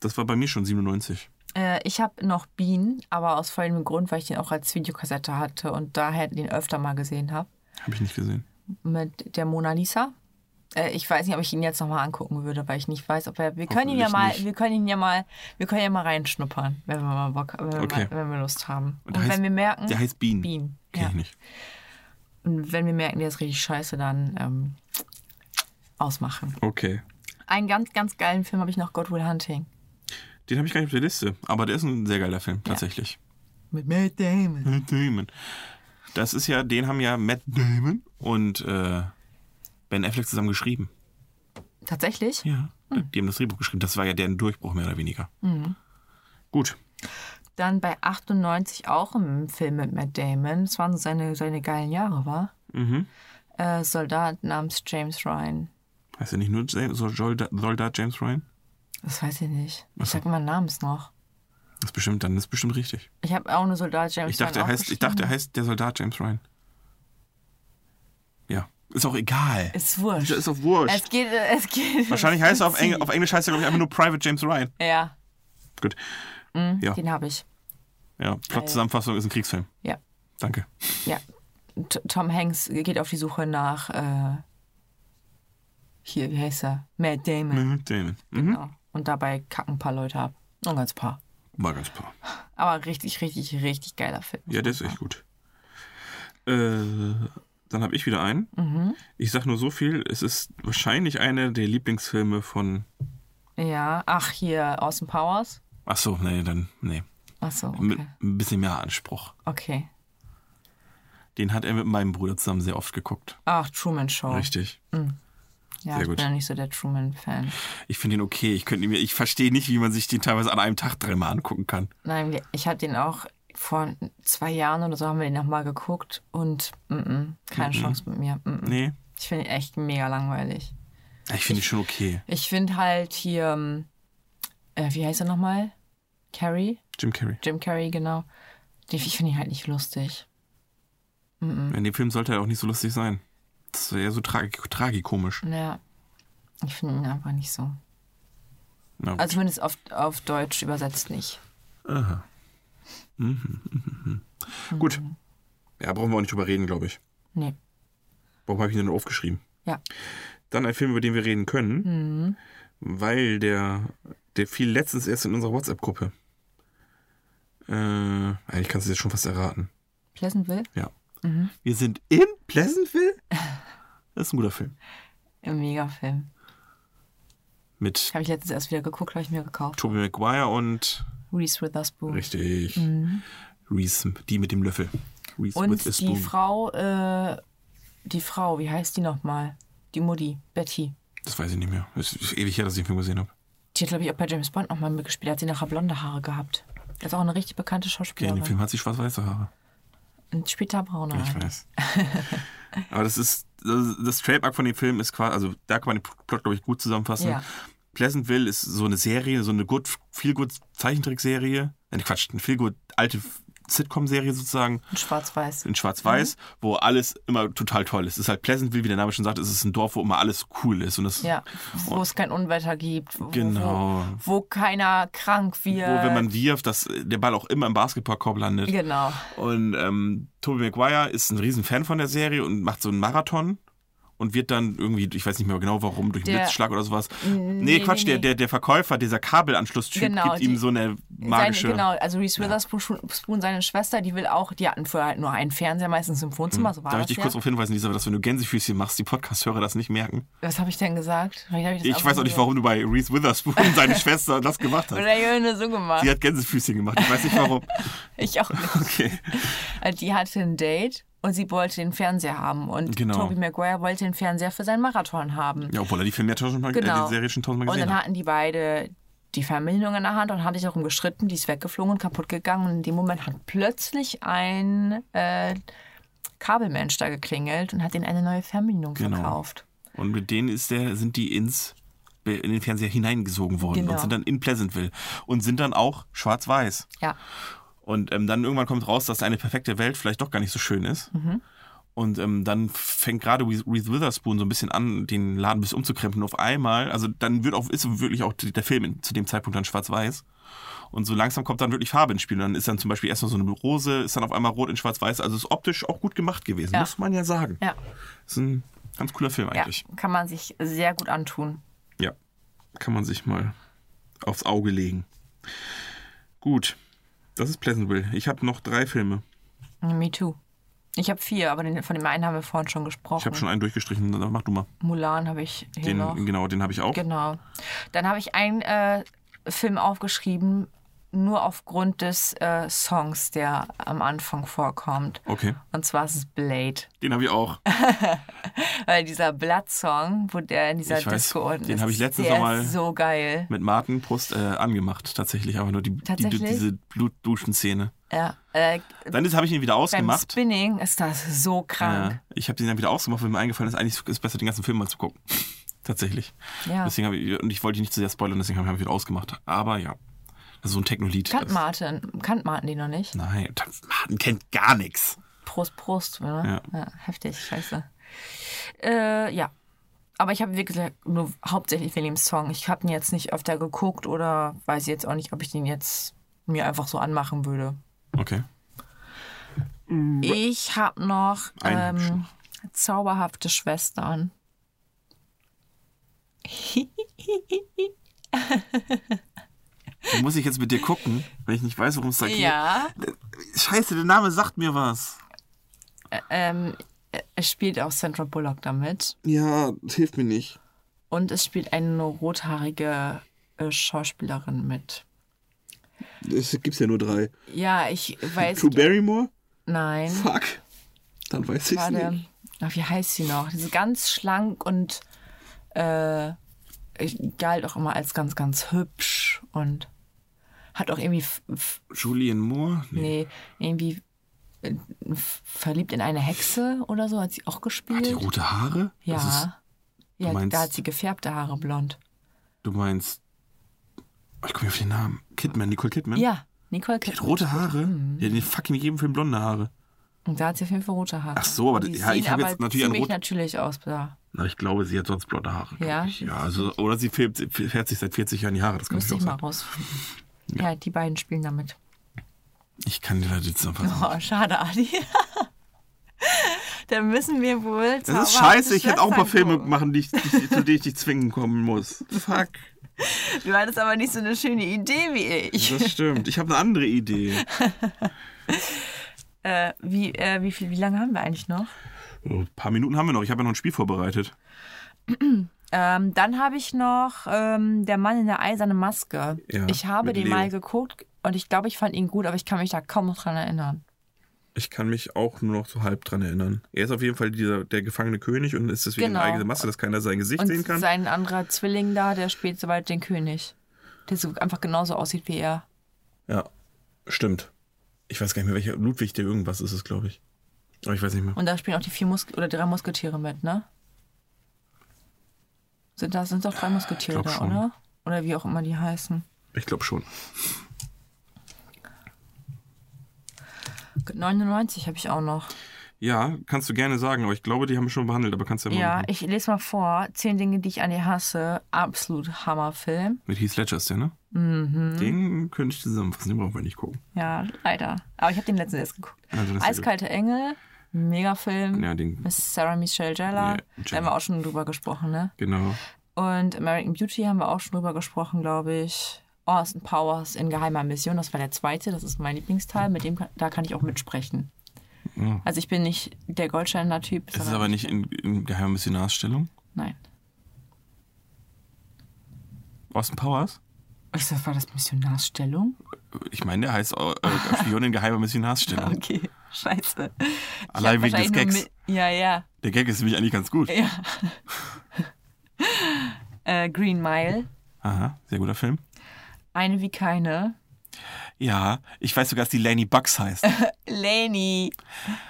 Das war bei mir schon 97. Äh, ich habe noch Bienen, aber aus folgendem Grund, weil ich den auch als Videokassette hatte und daher den öfter mal gesehen habe. Habe ich nicht gesehen. mit der Mona Lisa. Äh, Ich weiß nicht, ob ich ihn jetzt nochmal angucken würde, weil ich nicht weiß, ob er. Wir können ihn ja Hoffentlich mal, nicht. wir können ihn ja mal, wir können ja mal reinschnuppern, wenn wir mal Bock, wenn, Okay. wir, mal, wenn wir Lust haben. Und, der heißt- wenn wir merken, Der heißt Bean. Bean, Kenn ja. ich nicht. und wenn wir merken, der ist richtig scheiße, dann ähm, ausmachen. Okay. Einen ganz, ganz geilen Film habe ich noch, God Will Hunting. Den habe ich gar nicht auf der Liste, aber der ist ein sehr geiler Film, tatsächlich. Mit Matt Damon. Matt Damon. Das ist ja, den haben ja Matt Damon und äh, Ben Affleck zusammen geschrieben. Tatsächlich? Ja. Hm. Die haben das Drehbuch geschrieben. Das war ja deren Durchbruch, mehr oder weniger. Gut. Dann bei 98 auch im Film mit Matt Damon. Das waren so seine, seine geilen Jahre, war? Mhm. Äh, Soldat namens James Ryan. Heißt ja nicht nur James, so Soldat, Soldat James Ryan? Das weiß ich nicht. Ich so. sag immer Namens noch. Das ist bestimmt, dann ist bestimmt richtig. Ich habe auch eine Soldat James Ich dachte, Ryan er heißt, ich dachte, er heißt der Soldat James Ryan. Ja. Ist auch egal. aufgeschrieben. Ist wurscht. Ist auch wurscht. es geht, es geht. um Wahrscheinlich heißt er auf, Engl auf Englisch heißt er, glaube ich, einfach nur Private James Ryan. Ja, Gut. ja, den habe ich. ja. Plot-Zusammenfassung ist ein Kriegsfilm. Ja, Danke. ja. T Tom Hanks geht auf die Suche nach äh, hier, wie heißt er? Matt Damon. Mhm, Damon. Mhm. Genau. Und dabei kacken ein paar Leute ab. Nur ein ganz paar. War ganz paar. Aber richtig, richtig, richtig geiler Film. Ja, der ist echt gut. Äh, dann habe ich wieder einen. Mhm. Ich sag nur so viel, es ist wahrscheinlich einer der Lieblingsfilme von. Ja. Ach, hier, Austin Powers. Ach so, nee, dann. Nee. Achso, Mit okay. ein bisschen mehr Anspruch. Okay. Den hat er mit meinem Bruder zusammen sehr oft geguckt. Ach, Truman Show. Richtig. Ja, sehr ich gut. bin ja nicht so der Truman-Fan. Ich finde ihn okay. Ich, könnte ihn mir, ich verstehe nicht, wie man sich den teilweise an einem Tag dreimal angucken kann. Nein, wir- ich habe den auch vor zwei Jahren oder so haben wir den nochmal geguckt und mm -mm, keine Chance mit mir. Mm -mm. Nee. Ich finde ihn echt mega langweilig. Ich finde ihn schon okay. Ich finde halt hier, ähm, äh, wie heißt er nochmal? Carrie? Jim Carrey. Jim Carrey, genau. Die- Ich finde ihn halt nicht lustig. Hm. In dem Film sollte er auch nicht so lustig sein. Das ist eher so tragik tragikomisch. Ja. Ich finde ihn einfach nicht so. Na, Also zumindest auf, auf Deutsch übersetzt nicht. gut. hm. Ja, brauchen wir auch nicht drüber reden, glaube ich. Nee. Warum habe ich ihn denn aufgeschrieben? Ja. Dann ein Film, über den wir reden können, Mhm. weil der, der fiel letztens erst in unserer WhatsApp-Gruppe. Äh, eigentlich kannst du es jetzt schon fast erraten. Pleasantville? Ja. Mhm. Wir sind in Pleasantville? Das ist ein guter Film. Ein Mega-Film. Mit Habe ich letztens erst wieder geguckt, habe ich mir gekauft. Tobey Maguire und. Reese Witherspoon. Richtig. Reese, die mit dem Löffel. Reese with a Mhm. Und die spoon. Frau, äh, die Frau, wie heißt die nochmal? Die Mutti, Betty. Das weiß ich nicht mehr. Es ist ewig her, dass ich den Film gesehen habe. Die hat, glaube ich, auch bei James Bond nochmal mitgespielt. Hat sie nachher blonde Haare gehabt. Das ist auch eine richtig bekannte Okay, in dem Schauspielerin. Film hat sie schwarz-weiße Haare. Und später braune Ich Haare. weiß. Aber das ist, das, das Trademark von dem Film ist quasi, also da kann man den Plot, glaube ich, gut zusammenfassen. Ja. Pleasantville ist so eine Serie, so eine gut, viel gut Zeichentrickserie. Nein, Quatsch, eine viel gut alte Sitcom-Serie sozusagen Und schwarz-weiß. in Mhm. Schwarz-Weiß, wo alles immer total toll ist. Es ist halt Pleasantville, wie der Name schon sagt, es ist ein Dorf, wo immer alles cool ist. Und das, Ja, wo es kein Unwetter gibt. Wo, Genau. Wo, wo keiner krank wird. Wo, wenn man wirft, dass der Ball auch immer im Basketballkorb landet. Genau. Und ähm, Tobey Maguire ist ein riesen Fan von der Serie und macht so einen Marathon und wird dann irgendwie, ich weiß nicht mehr genau warum, durch einen Der- Blitzschlag oder sowas. Nee, Nee, Quatsch, nee, Der, nee. der, der Verkäufer, dieser Kabelanschlusstyp, Genau, gibt ihm die- so eine magische. Seine, genau, also Reese Witherspoon, seine Schwester, die will auch, die hatten früher halt nur einen Fernseher, meistens im Wohnzimmer, so war Hm. Darf ich das dich ja. kurz um- darauf hinweisen, Lisa, dass wenn du Gänsefüßchen machst, die Podcast-Hörer das nicht merken? Was habe ich denn gesagt? Vielleicht hab das Ich weiß auch nicht, warum du bei Reese Witherspoon, seine Schwester, das gemacht hast. Oder Jöne so gemacht. Sie hat Gänsefüßchen gemacht, ich weiß nicht warum. Ich auch nicht. Okay. Also Die hatte ein Date und sie wollte den Fernseher haben. Und Genau. Tobey Maguire wollte den Fernseher für seinen Marathon haben. Ja, obwohl er die Filme ja tausendmal, äh, Genau. die Serie schon tausendmal und gesehen dann hat. hatten die beide die Fernbedienung in der Hand und haben sich darum gestritten. Die ist weggeflogen und kaputt gegangen. Und in dem Moment hat plötzlich ein äh, Kabelmensch da geklingelt und hat ihnen eine neue Fernbedienung Genau. verkauft. Und mit denen ist der, sind die ins in den Fernseher hineingesogen worden und Genau. sind dann in Pleasantville und sind dann auch schwarz-weiß. Ja. Und ähm, dann irgendwann kommt raus, dass eine perfekte Welt vielleicht doch gar nicht so schön ist. Mhm. Und ähm, dann fängt gerade Reese Reese Witherspoon so ein bisschen an, den Laden bis umzukrempeln. Auf einmal, also dann wird auch, ist wirklich auch der Film in, zu dem Zeitpunkt dann schwarz-weiß. Und so langsam kommt dann wirklich Farbe ins Spiel. Und dann ist dann zum Beispiel erstmal so eine Rose, ist dann auf einmal rot in schwarz-weiß. Also ist optisch auch gut gemacht gewesen, Ja. muss man ja sagen. Ja. Ist ein ganz cooler Film ja. eigentlich. Kann man sich sehr gut antun. Ja, kann man sich mal aufs Auge legen. Gut, das ist Pleasantville. Ich habe noch drei Filme. Me too. Ich habe vier, aber den, von dem einen haben wir vorhin schon gesprochen. Ich habe schon einen durchgestrichen, dann mach du mal. Mulan habe ich hier Den, noch. genau, den habe ich auch. Genau. Dann habe ich einen äh, Film aufgeschrieben, nur aufgrund des äh, Songs, der am Anfang vorkommt. Okay, Und zwar ist es Blade. den habe ich auch. Weil dieser Blood-Song, wo der in dieser Ich weiß, Disco unten den ist, habe ich letztens der noch mal- ist so geil. Mit Martin Prost äh, angemacht, tatsächlich. Aber nur die, die, Tatsächlich? diese Blutduschen-Szene. Ja. Äh, Dann ist- habe ich ihn wieder beim ausgemacht. Spinning ist das so krank. Ja, ich habe den dann wieder ausgemacht, weil mir eingefallen ist, eigentlich ist es besser, den ganzen Film mal zu gucken. tatsächlich. Ja. Deswegen hab ich, und ich wollte ihn nicht zu sehr spoilern, deswegen habe ich ihn wieder ausgemacht. Aber ja, das ist so ein Technolied. Kannt Das- Martin, kannt Martin die noch nicht? Nein, das- Martin kennt gar nichts. Prost, Prost. Ne? Ja. heftig, scheiße. Äh, ja. Aber ich habe wirklich nur hauptsächlich wegen dem Song. Ich habe den jetzt nicht öfter geguckt oder weiß jetzt auch nicht, ob ich den jetzt mir einfach so anmachen würde. Okay. Ich habe noch Einen hab ich ähm, zauberhafte Schwestern. Dann muss ich jetzt mit dir gucken, wenn ich nicht weiß, worum es da geht. Ja. Scheiße, der Name sagt mir was. Ähm, es spielt auch Sandra Bullock damit. Ja, das hilft mir nicht. Und es spielt eine rothaarige äh, Schauspielerin mit. Es gibt ja nur drei. Ja, ich weiß. Drew Barrymore? Nein. Fuck. Dann weiß ich es Warte. nicht. Ach, wie heißt sie noch? Diese ganz schlank und äh, ich- galt auch immer als ganz, ganz hübsch und hat auch irgendwie, f- f- Julian Moore? Nee. nee, irgendwie äh, f- verliebt in eine Hexe oder so, hat sie auch Hat Ah, die gespielt. rote Haare? Das ist, ja. Ja, meinst- da hat sie gefärbte Haare blond. du meinst. Oh, ich komme auf den Namen. Kidman, Nicole Kidman? Ja, Mhm. Nicole Die hat Kidman. rote Haare? Die hat in fucking jedem Film blonde Haare. Und da hat sie auf jeden Fall rote Haare. Ach so, aber Die ja, ich sehen hab aber jetzt natürlich an ziemlich rot- natürlich aus da. Na, ich glaube, sie hat sonst blonde Haare. glaub Ja? Ich. Ja, also, oder sie färbt, sie färbt sich seit 40 Jahren die Haare. Das kann Müsste ich auch ich mal sagen. rausfinden. Ja. die beiden spielen damit. Ich kann dir das jetzt einfach sagen. Oh, schade, Adi. Dann müssen wir wohl. Das ist scheiße, ich hätte auch ein paar Filme machen, die ich, die, zu denen ich dich zwingen kommen muss. Fuck. Du hattest aber nicht so eine schöne Idee wie ich. Das stimmt. Ich habe eine andere Idee. Äh, wie, äh, wie, viel, wie lange haben wir eigentlich noch? Oh, Ein paar Minuten haben wir noch. Ich habe ja noch ein Spiel vorbereitet. Ähm, dann habe ich noch ähm, Der Mann in der eisernen Maske. Ja, ich habe mit den Leo. mal geguckt und ich glaube, ich fand ihn gut, aber ich kann mich da kaum noch dran erinnern. Ich kann mich auch nur noch so halb dran erinnern. Er ist auf jeden Fall dieser, der gefangene König und ist deswegen Genau. eine eigene Masse, dass keiner sein Gesicht sehen Und kann. sein anderer Zwilling da, der spielt soweit den König. Der so einfach genauso aussieht wie er. ja, stimmt. Ich weiß gar nicht mehr, welcher Ludwig der irgendwas ist, es glaube ich. Aber ich weiß nicht mehr. Und da spielen auch die vier Musk oder drei Musketiere mit, ne? Sind da sind doch drei Musketiere glaub da, schon. oder? Oder wie auch immer die heißen. Ich glaube schon. 99 habe ich auch noch. Ja, kannst du gerne sagen, aber ich glaube, die haben wir schon behandelt, aber kannst du ja mal Ja, machen. ich lese mal vor. Zehn Dinge, die ich an dir hasse. Absolut Hammerfilm. Mit Heath Ledger ist der, ne? Mhm. Den könnte ich zusammenfassen, den brauchen wir nicht gucken. Ja, leider. Aber ich habe den letzten erst geguckt. Also das ist Eiskalte Engel, Megafilm. Ja, den- Miss Sarah Michelle Gellar. Nee, da haben wir auch schon drüber gesprochen, ne? Genau. Und American Beauty haben wir auch schon drüber gesprochen, glaube ich. Austin Powers in geheimer Mission, das war der zweite, das ist mein Lieblingsteil, mit dem kann, da kann ich auch mitsprechen. Ja. Also ich bin nicht der Goldsteiner-Typ. Es ist aber nicht in, in geheimer Missionarstellung. Nein. Austin Powers? Ich sag, war das Missionarsstellung? Ich meine, der heißt äh, Spion in geheimer Missionarstellung. Okay, scheiße. Ich hab Allein wegen des wahrscheinlich nur Gags. Mi- Ja, ja. Der Gag ist nämlich eigentlich ganz gut. ja. äh, Green Mile, Aha, sehr guter Film. eine wie keine. Ja, ich weiß sogar, dass die Laney Bucks heißt. Ja, Laney.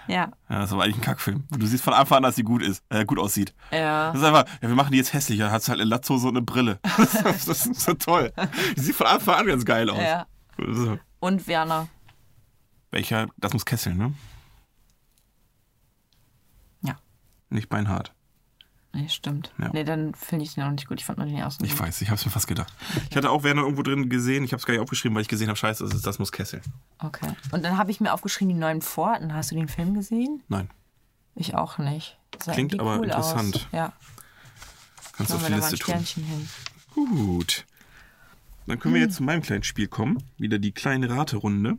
Ja. das ist aber eigentlich ein Kackfilm. Du siehst von Anfang an, dass sie gut ist, äh, gut aussieht. Ja. Das ist einfach, ja, wir machen die jetzt hässlich. Dann hat sie halt eine Latzhose und eine Brille. Das ist, das ist so toll. Die sieht von Anfang an ganz geil aus. Ja. So. Und Werner. Welcher? Das muss Kessel, ne? Ja. Nicht Beinhard. Nee, stimmt. Ja. Nee, dann finde ich den auch nicht gut. Ich fand nur den ersten. Ich gut. weiß, ich habe es mir fast gedacht. Ich hatte auch Werner irgendwo drin gesehen. Ich habe es gar nicht aufgeschrieben, weil ich gesehen habe, scheiße, das, ist, das muss Kessel. Okay. Und dann habe ich mir aufgeschrieben, die neuen Pforten. Hast du den Film gesehen? Nein, Ich auch nicht. Das sah Klingt irgendwie aber Aus. interessant. Ja, kannst du machen wir da auf die mal ein Liste tun. Sternchen hin. Gut. Dann können wir jetzt zu meinem kleinen Spiel kommen. Wieder die kleine Raterunde.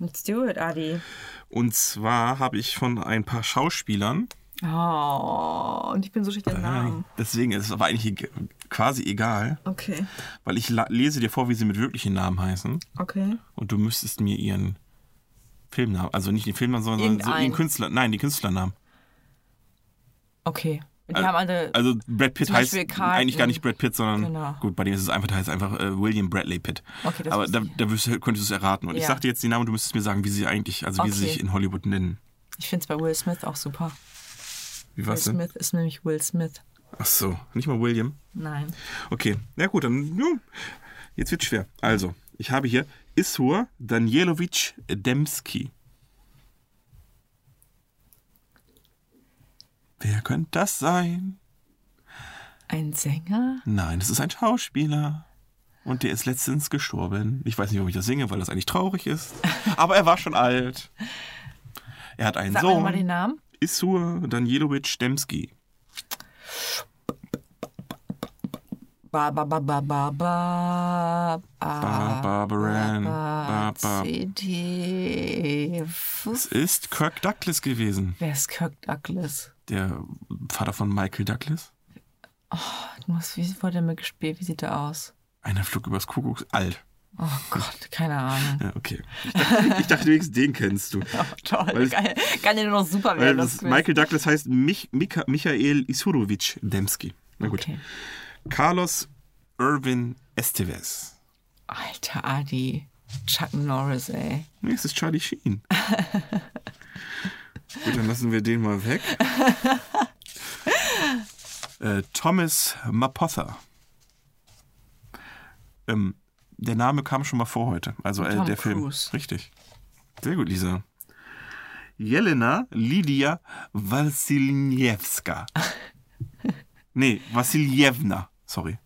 Let's do it, Adi. Und zwar habe ich von ein paar Schauspielern, Oh, und ich bin so schlecht Äh. im Namen. deswegen ist es aber eigentlich eg- quasi egal, Okay, weil ich la- lese dir vor, wie sie mit wirklichen Namen heißen. okay. Und du müsstest mir ihren Filmnamen, also nicht den Filmnamen, sondern so Irgendeinen. ihren Künstler, nein, den Künstlernamen. Okay. Die Also- haben alle. Also Brad Pitt Zum heißt Beispiel Carlton. eigentlich gar nicht Brad Pitt, sondern Genau. gut, bei dem ist es einfach, der heißt einfach äh, William Bradley Pitt. Okay, das Aber wusste da, ich. da wirst du- könntest du es erraten. Und ich Ja. sag dir jetzt die Namen, und du müsstest mir sagen, wie sie eigentlich, also wie sie Okay. sich in Hollywood nennen. ich finde es bei Will Smith auch super. Wie Will war's denn? Smith ist nämlich Will Smith. Ach so, nicht mal William. Nein. Okay, na gut, dann ja, jetzt wird's schwer. Also, ich habe hier Isur Danielowitsch Demski. Wer könnte das sein? Ein Sänger? Nein, es ist ein Schauspieler. Und der ist letztens gestorben. Ich weiß nicht, ob ich das singe, weil das eigentlich traurig ist. Aber er war schon alt. Er hat einen Sag mir Sohn. mal den Namen. Isur Danielowitsch Demski. Ba ba ba ba ba ba. Ba- Barbaran. ba, Ba- ba- C, D, F. Es ist Kirk Douglas gewesen. Wer ist Kirk Douglas? Der Vater von Michael Douglas. Ich muss, wie wurde er mitgespielt? Wie sieht er aus? Einer flog übers Kuckucks. Alt. Oh Gott, keine Ahnung. Ja, okay. Ich dachte, ich dachte wenigstens den kennst du. Weil Toll, es- geil. Kann ja nur noch super Weil werden. das Das Michael Douglas heißt Mich, Mika, Michael Isurowitsch Dembski. Na gut. Okay. Carlos Irvin Estevez. Alter Adi. Chuck Norris, ey. Nee, es ist Charlie Sheen. gut, dann lassen wir den mal weg. äh, Thomas Mapotha. Ähm, der Name kam schon mal vor heute. Also äh, Tom der Film. Cruise. Richtig. Sehr gut, Lisa. Jelena Lidia Wassiljewska. nee, Wassiljewna. Sorry.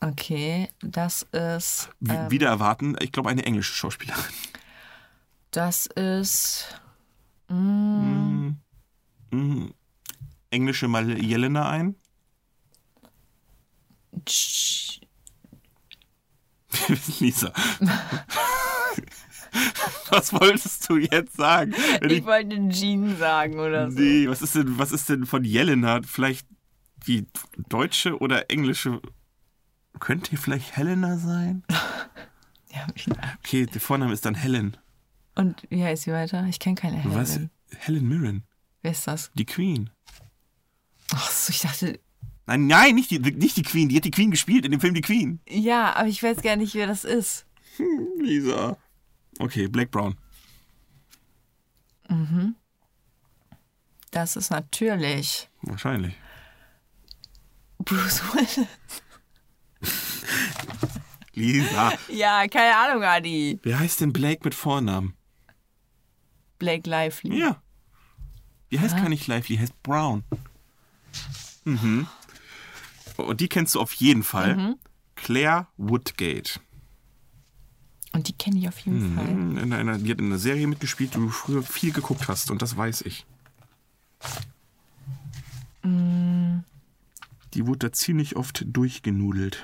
Okay, das ist. ähm, W wieder erwarten, ich glaube, eine englische Schauspielerin. Das ist. Englische mal Jelena ein. Tsch. Lisa. was wolltest du jetzt sagen? Wenn Ich wollte Jean sagen oder so. nee, was ist denn, was ist denn von Jelena? Vielleicht die deutsche oder englische? Könnte vielleicht Helena sein? Ja, wieder. Okay, der Vorname ist dann Helen. Und wie heißt sie weiter? Ich kenne keine Helen. Was? Helen Mirren, Wer ist das? die Queen. Ach so, ich dachte. Nein, nein, nicht die, nicht die Queen. Die hat die Queen gespielt in dem Film Die Queen. Ja, aber ich weiß gar nicht, wer das ist. Lisa. Okay, Black Brown. Das ist natürlich Wahrscheinlich. Bruce Willis. Lisa. Ja, keine Ahnung, Adi. Wer heißt denn Blake mit Vornamen? Blake Lively. Ja. Die heißt gar nicht Lively, die heißt Brown. Mhm. Und die kennst du auf jeden Fall. Claire Woodgate. Und die kenne ich auf jeden Fall. Mhm, In einer, die hat in einer Serie mitgespielt, die du früher viel geguckt hast und das weiß ich. Mm. Die wurde da ziemlich oft durchgenudelt.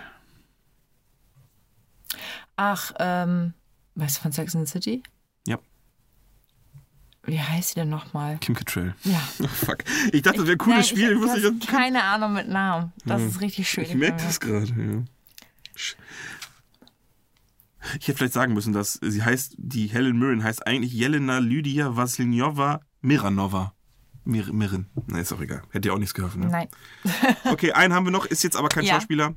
Ach, ähm, weißt du von Sex and the City? Ja, Wie heißt sie denn nochmal? Kim Cattrall. Ja. Oh, fuck. Ich dachte, das wäre ein cooles Nein, Spiel. Ich, Ich, wusste ich nicht, habe dass Kim- keine Ahnung mit Namen. Das ist richtig schön. Ich merke das gerade, ja. Sch- Ich hätte vielleicht sagen müssen, dass sie heißt, die Helen Mirren heißt eigentlich Jelena Lydia Vasilnova Miranova. Mir, Mirren. Ne, ist auch egal. Hätte ja auch nichts geholfen. Ne? Nein. Okay, einen haben wir noch, ist jetzt aber kein Ja. Schauspieler.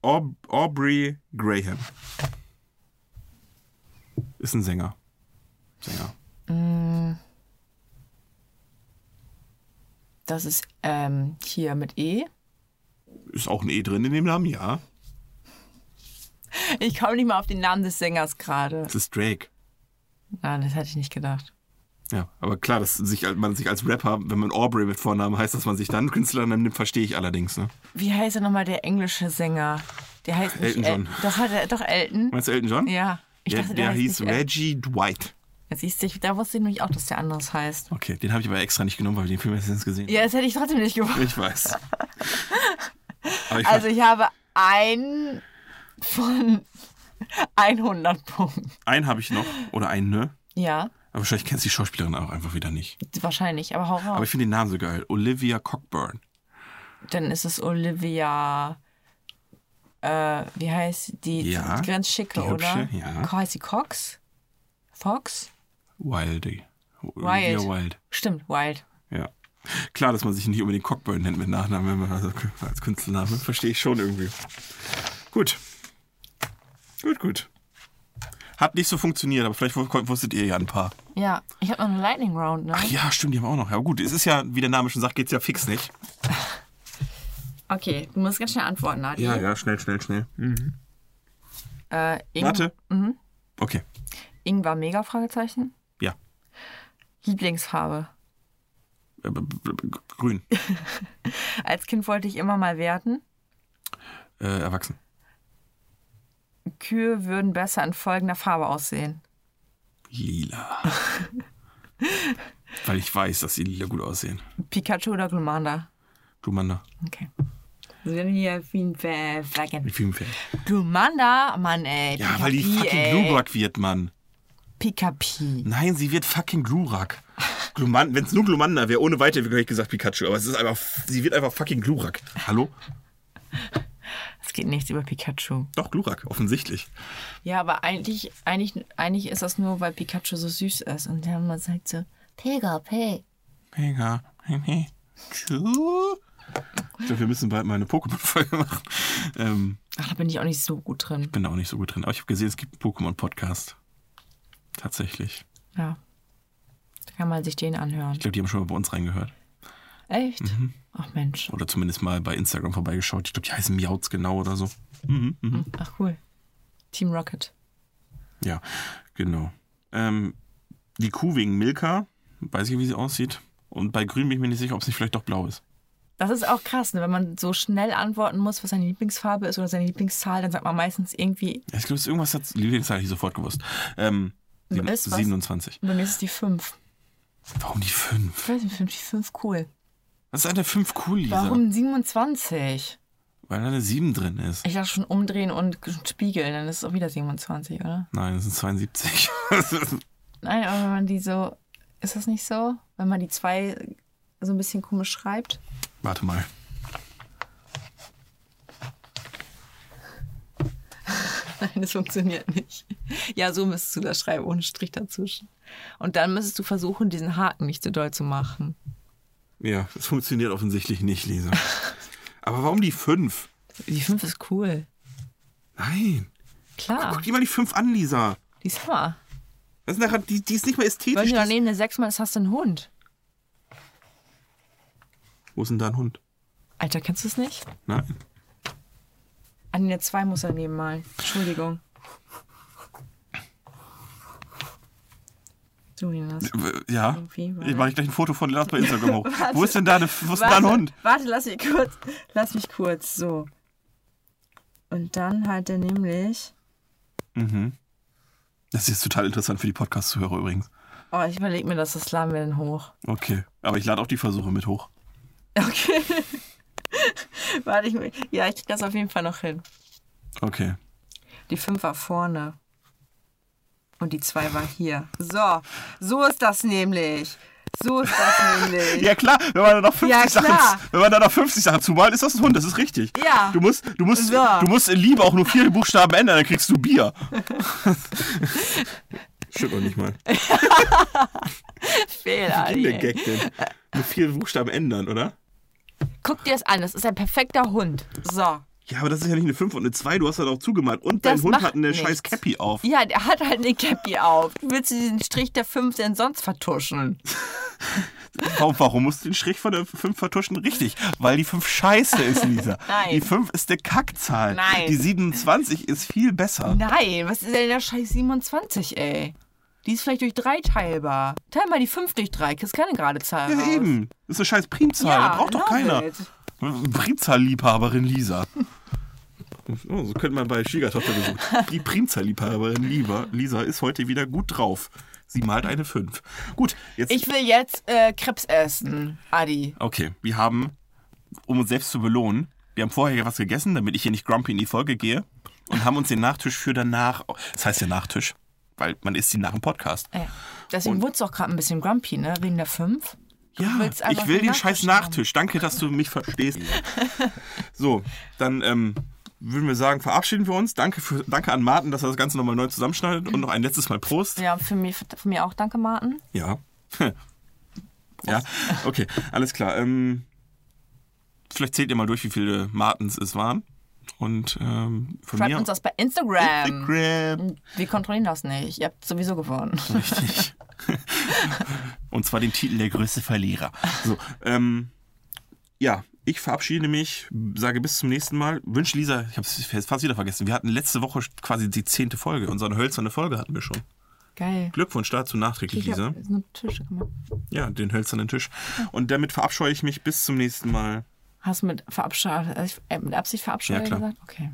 Aub Aubrey Graham. Ist ein Sänger. Sänger. Das ist ähm, hier mit E. Ist auch ein E drin in dem Namen, ja. Ich komme nicht mal auf den Namen des Sängers gerade. Das ist Drake. Ah, das hätte ich nicht gedacht. Ja, aber klar, dass sich, man sich als Rapper, wenn man Aubrey mit Vornamen heißt, dass man sich dann Künstlernamen nimmt, verstehe ich allerdings. Ne? Wie heißt denn nochmal der englische Sänger? Der heißt nicht Elton John. El doch, hat er, doch Elton. Meinst du Elton John? Ja. Ich der dachte, der heißt hieß nicht El- Reggie Dwight. Ja, Siehst du, ich- da wusste ich nämlich auch, dass der anders heißt. Okay, den habe ich aber extra nicht genommen, weil wir den Film erst gesehen Ja, das hätte ich trotzdem nicht haben. gewusst. Ich weiß. Aber ich Also also, ich habe ein von 100 Punkten. einen habe ich noch. Oder einen, ne? Ja, Aber wahrscheinlich kennst du die Schauspielerin auch einfach wieder nicht. wahrscheinlich, aber hau raus. Aber ich finde den Namen so geil. Olivia Cockburn. Dann ist es Olivia. Äh, wie heißt die? Ja, die ganz schicke, die oder? hübsche, ja. Co- Heißt sie Cox? Fox? Wildy. Wild. Olivia Wild. Stimmt, Wild. Ja. Klar, dass man sich nicht unbedingt Cockburn nennt mit Nachnamen, wenn man also als Künstlername. Verstehe ich schon irgendwie. Gut. Gut, gut. Hat nicht so funktioniert, aber vielleicht wu- wusstet ihr ja ein paar. Ja, ich habe noch eine Lightning Round, ne? Ach ja, stimmt, die haben wir auch noch. Ja gut, es ist ja, wie der Name schon sagt, geht's ja fix nicht. Okay, du musst ganz schnell antworten, Adi. ja, schnell, schnell, schnell. Mhm. Äh, Ing Warte. Okay, Ing war mega Fragezeichen. ja. Lieblingsfarbe. Äh, b- b- b- Grün. Als Kind wollte ich immer mal werden. Äh, erwachsen. Kühe würden besser in folgender Farbe aussehen. Lila. Weil ich weiß, dass die lila gut aussehen. Pikachu oder Glumanda? Glumanda. Okay. Sind Also hier viele Flaggen. Mit vielen Fan. Glumanda? Mann, ey. Ja, weil die Pikapi, fucking ey. Glurak wird, Mann. Pikapi. Nein, sie wird fucking Glurak. Gluman, wenn es nur Glumanda wäre, ohne weiter hätte ich gesagt Pikachu. Aber es ist einfach, sie wird einfach fucking Glurak. Hallo? Das geht nichts über Pikachu. Doch, Glurak, offensichtlich. Ja, aber eigentlich, eigentlich, eigentlich ist das nur, weil Pikachu so süß ist. Und der immer sagt so, Pega, Peg. Mega. Pikachu. Ich glaube, wir müssen bald mal eine Pokémon-Folge machen. Ähm, Ach, da bin ich auch nicht so gut drin. bin da auch nicht so gut drin. Aber ich habe gesehen, es gibt einen Pokémon-Podcast. Tatsächlich. Ja. Da kann man sich den anhören. Ich glaube, die haben schon mal bei uns reingehört. Echt? Mhm. Ach Mensch. Oder zumindest mal bei Instagram vorbeigeschaut. Ich glaube, die heißen Miauts genau oder so. Ach cool. Team Rocket. Ja, genau. Ähm, die Kuh wegen Milka, weiß ich, wie sie aussieht. Und bei Grün bin ich mir nicht sicher, ob es nicht vielleicht doch blau ist. Das ist auch krass, ne? wenn man so schnell antworten muss, was seine Lieblingsfarbe ist oder seine Lieblingszahl, dann sagt man meistens irgendwie, Ja, Ich glaube, es ist irgendwas, das habe ich sofort gewusst. Ähm, sieben- Ist was? 27. bei mir ist es die 5. Warum die 5? Ich weiß nicht, finde ich 5 cool. Was ist an der 5 cool, Lisa? Warum 27? Weil da eine 7 drin ist. Ich dachte schon umdrehen und spiegeln, dann ist es auch wieder 27, oder? Nein, das sind 72. Nein, aber wenn man die so, ist das nicht so? Wenn man die 2 so ein bisschen komisch schreibt? Warte mal. Nein, das funktioniert nicht. Ja, so müsstest du das schreiben, ohne Strich dazwischen. Und dann müsstest du versuchen, diesen Haken nicht zu doll zu machen. Ja, es funktioniert offensichtlich nicht, Lisa. Aber warum die 5? Die 5 ist cool. Nein. Klar, Guck dir mal die 5 an, Lisa. die ist Hammer. Das ist nachher, die, die ist nicht mal Wenn ästhetisch. du Die ist, daneben eine 6 machst, hast du einen Hund. wo ist denn da ein Hund? Alter, kennst du es nicht? Nein. An eine 2 muss daneben malen. Entschuldigung. Du, Jonas. Ja. Irgendwie, Ich mache gleich ein Foto von Lars bei Instagram hoch. Warte. wo ist denn da, eine, wo ist denn da ein Hund? Warte, lass mich kurz. Lass mich kurz. So. Und dann hat er nämlich. Mhm. Das ist total interessant für die Podcast-Zuhörer übrigens. Oh, ich überlege mir das, das laden wir dann hoch. Okay. Aber ich lade auch die Versuche mit hoch. Okay. Warte, ich, ja, ich krieg das auf jeden Fall noch hin. Okay. Die 5 war vorne. Und die 2 war hier. So, so ist das nämlich. So ist das nämlich. Ja klar, wenn man da noch 50 Ja, klar. Sachen, wenn man da noch 50 Sachen zumalt, ist das ein Hund, das ist richtig. Ja. Du musst, du musst, So. du musst in Liebe auch nur vier Buchstaben ändern, dann kriegst du Bier. Stimmt noch nicht mal. Fehler. Der Gag denn. Nur vier Buchstaben ändern, oder? Guck dir das an, das ist ein perfekter Hund. So. Ja, aber das ist ja nicht eine 5 und eine 2, du hast halt auch zugemalt. Und dein Das Hund hat macht eine nichts. scheiß Cappy auf. Ja, der hat halt eine Cappy auf. Wie Willst du diesen Strich der 5 denn sonst vertuschen? Warum, warum musst du den Strich von der 5 vertuschen? Richtig, weil die 5 scheiße ist, Lisa. Nein. Die 5 ist eine Kackzahl. Nein. Die 27 ist viel besser. Nein, was ist denn der Scheiß 27, ey? Die ist vielleicht durch 3 teilbar. Teil mal die 5 durch 3, kriegst keine gerade Zahl. Ja, raus. eben. Das ist eine scheiß Primzahl. Ja, da braucht doch love keiner. it. Primzahl-Liebhaberin Lisa. Oh, so könnte man bei Schwiegertochter besuchen. Die Primzahl-Liebhaberin Liva- Lisa ist heute wieder gut drauf. Sie malt eine 5. Gut, jetzt. Ich will jetzt äh, Krebs essen, Adi. okay, wir haben, um uns selbst zu belohnen, wir haben vorher was gegessen, damit ich hier nicht grumpy in die Folge gehe. Und haben uns den Nachtisch für danach. Das heißt ja Nachtisch, weil man isst ihn nach dem Podcast. Ja. Deswegen wurde es auch gerade ein bisschen grumpy, ne? Wegen der 5. Ja, willst einfach ich will den den Nachtisch scheiß haben. Nachtisch. Danke, dass du mich verstehst. So, dann ähm, würden wir sagen, verabschieden wir uns. Danke, für, danke an Martin, dass er das Ganze nochmal neu zusammenschneidet. Und noch ein letztes Mal Prost. Ja, für mich, für mich auch danke, Martin. Ja. Ja, okay, alles klar. Ähm, vielleicht zählt ihr mal durch, wie viele Martins es waren. Und ähm, von Schreibt mir uns das bei Instagram. Instagram. Wir kontrollieren das nicht. Ihr habt sowieso gewonnen. Richtig. Und zwar den Titel Der größte Verlierer. So, ähm, ja, ich verabschiede mich, sage bis zum nächsten Mal. Wünsche Lisa, ich habe es fast wieder vergessen, wir hatten letzte Woche quasi die zehnte Folge. Unsere hölzerne Folge hatten wir schon. Geil. Glückwunsch dazu nachträglich, Ich Lisa. hab so einen Tisch gemacht. Ja, den hölzernen Tisch. Und damit verabscheue ich mich bis zum nächsten Mal. Hast du mit, verabschiedet, äh, mit Absicht verabschiedet Ja, klar. gesagt? Okay.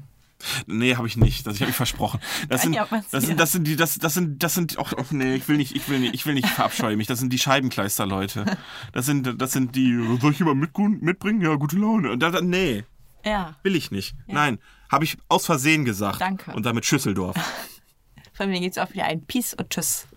Nee, habe ich nicht. Das, ich habe mich versprochen. Das sind, Ja, was- das sind, das sind die, das, das sind, das sind, auch, auch, nee, ich will nicht, ich will nicht, ich will nicht, verabscheue mich. Das sind die Scheibenkleister-Leute. Das sind, das sind die, soll ich jemand mit, mitbringen? Ja, gute Laune. Und Da, da, nee, Ja, will ich nicht. Nein, habe ich aus Versehen gesagt. Danke. Und damit Schüsseldorf. von mir geht's auch wieder ein Peace und Tschüss.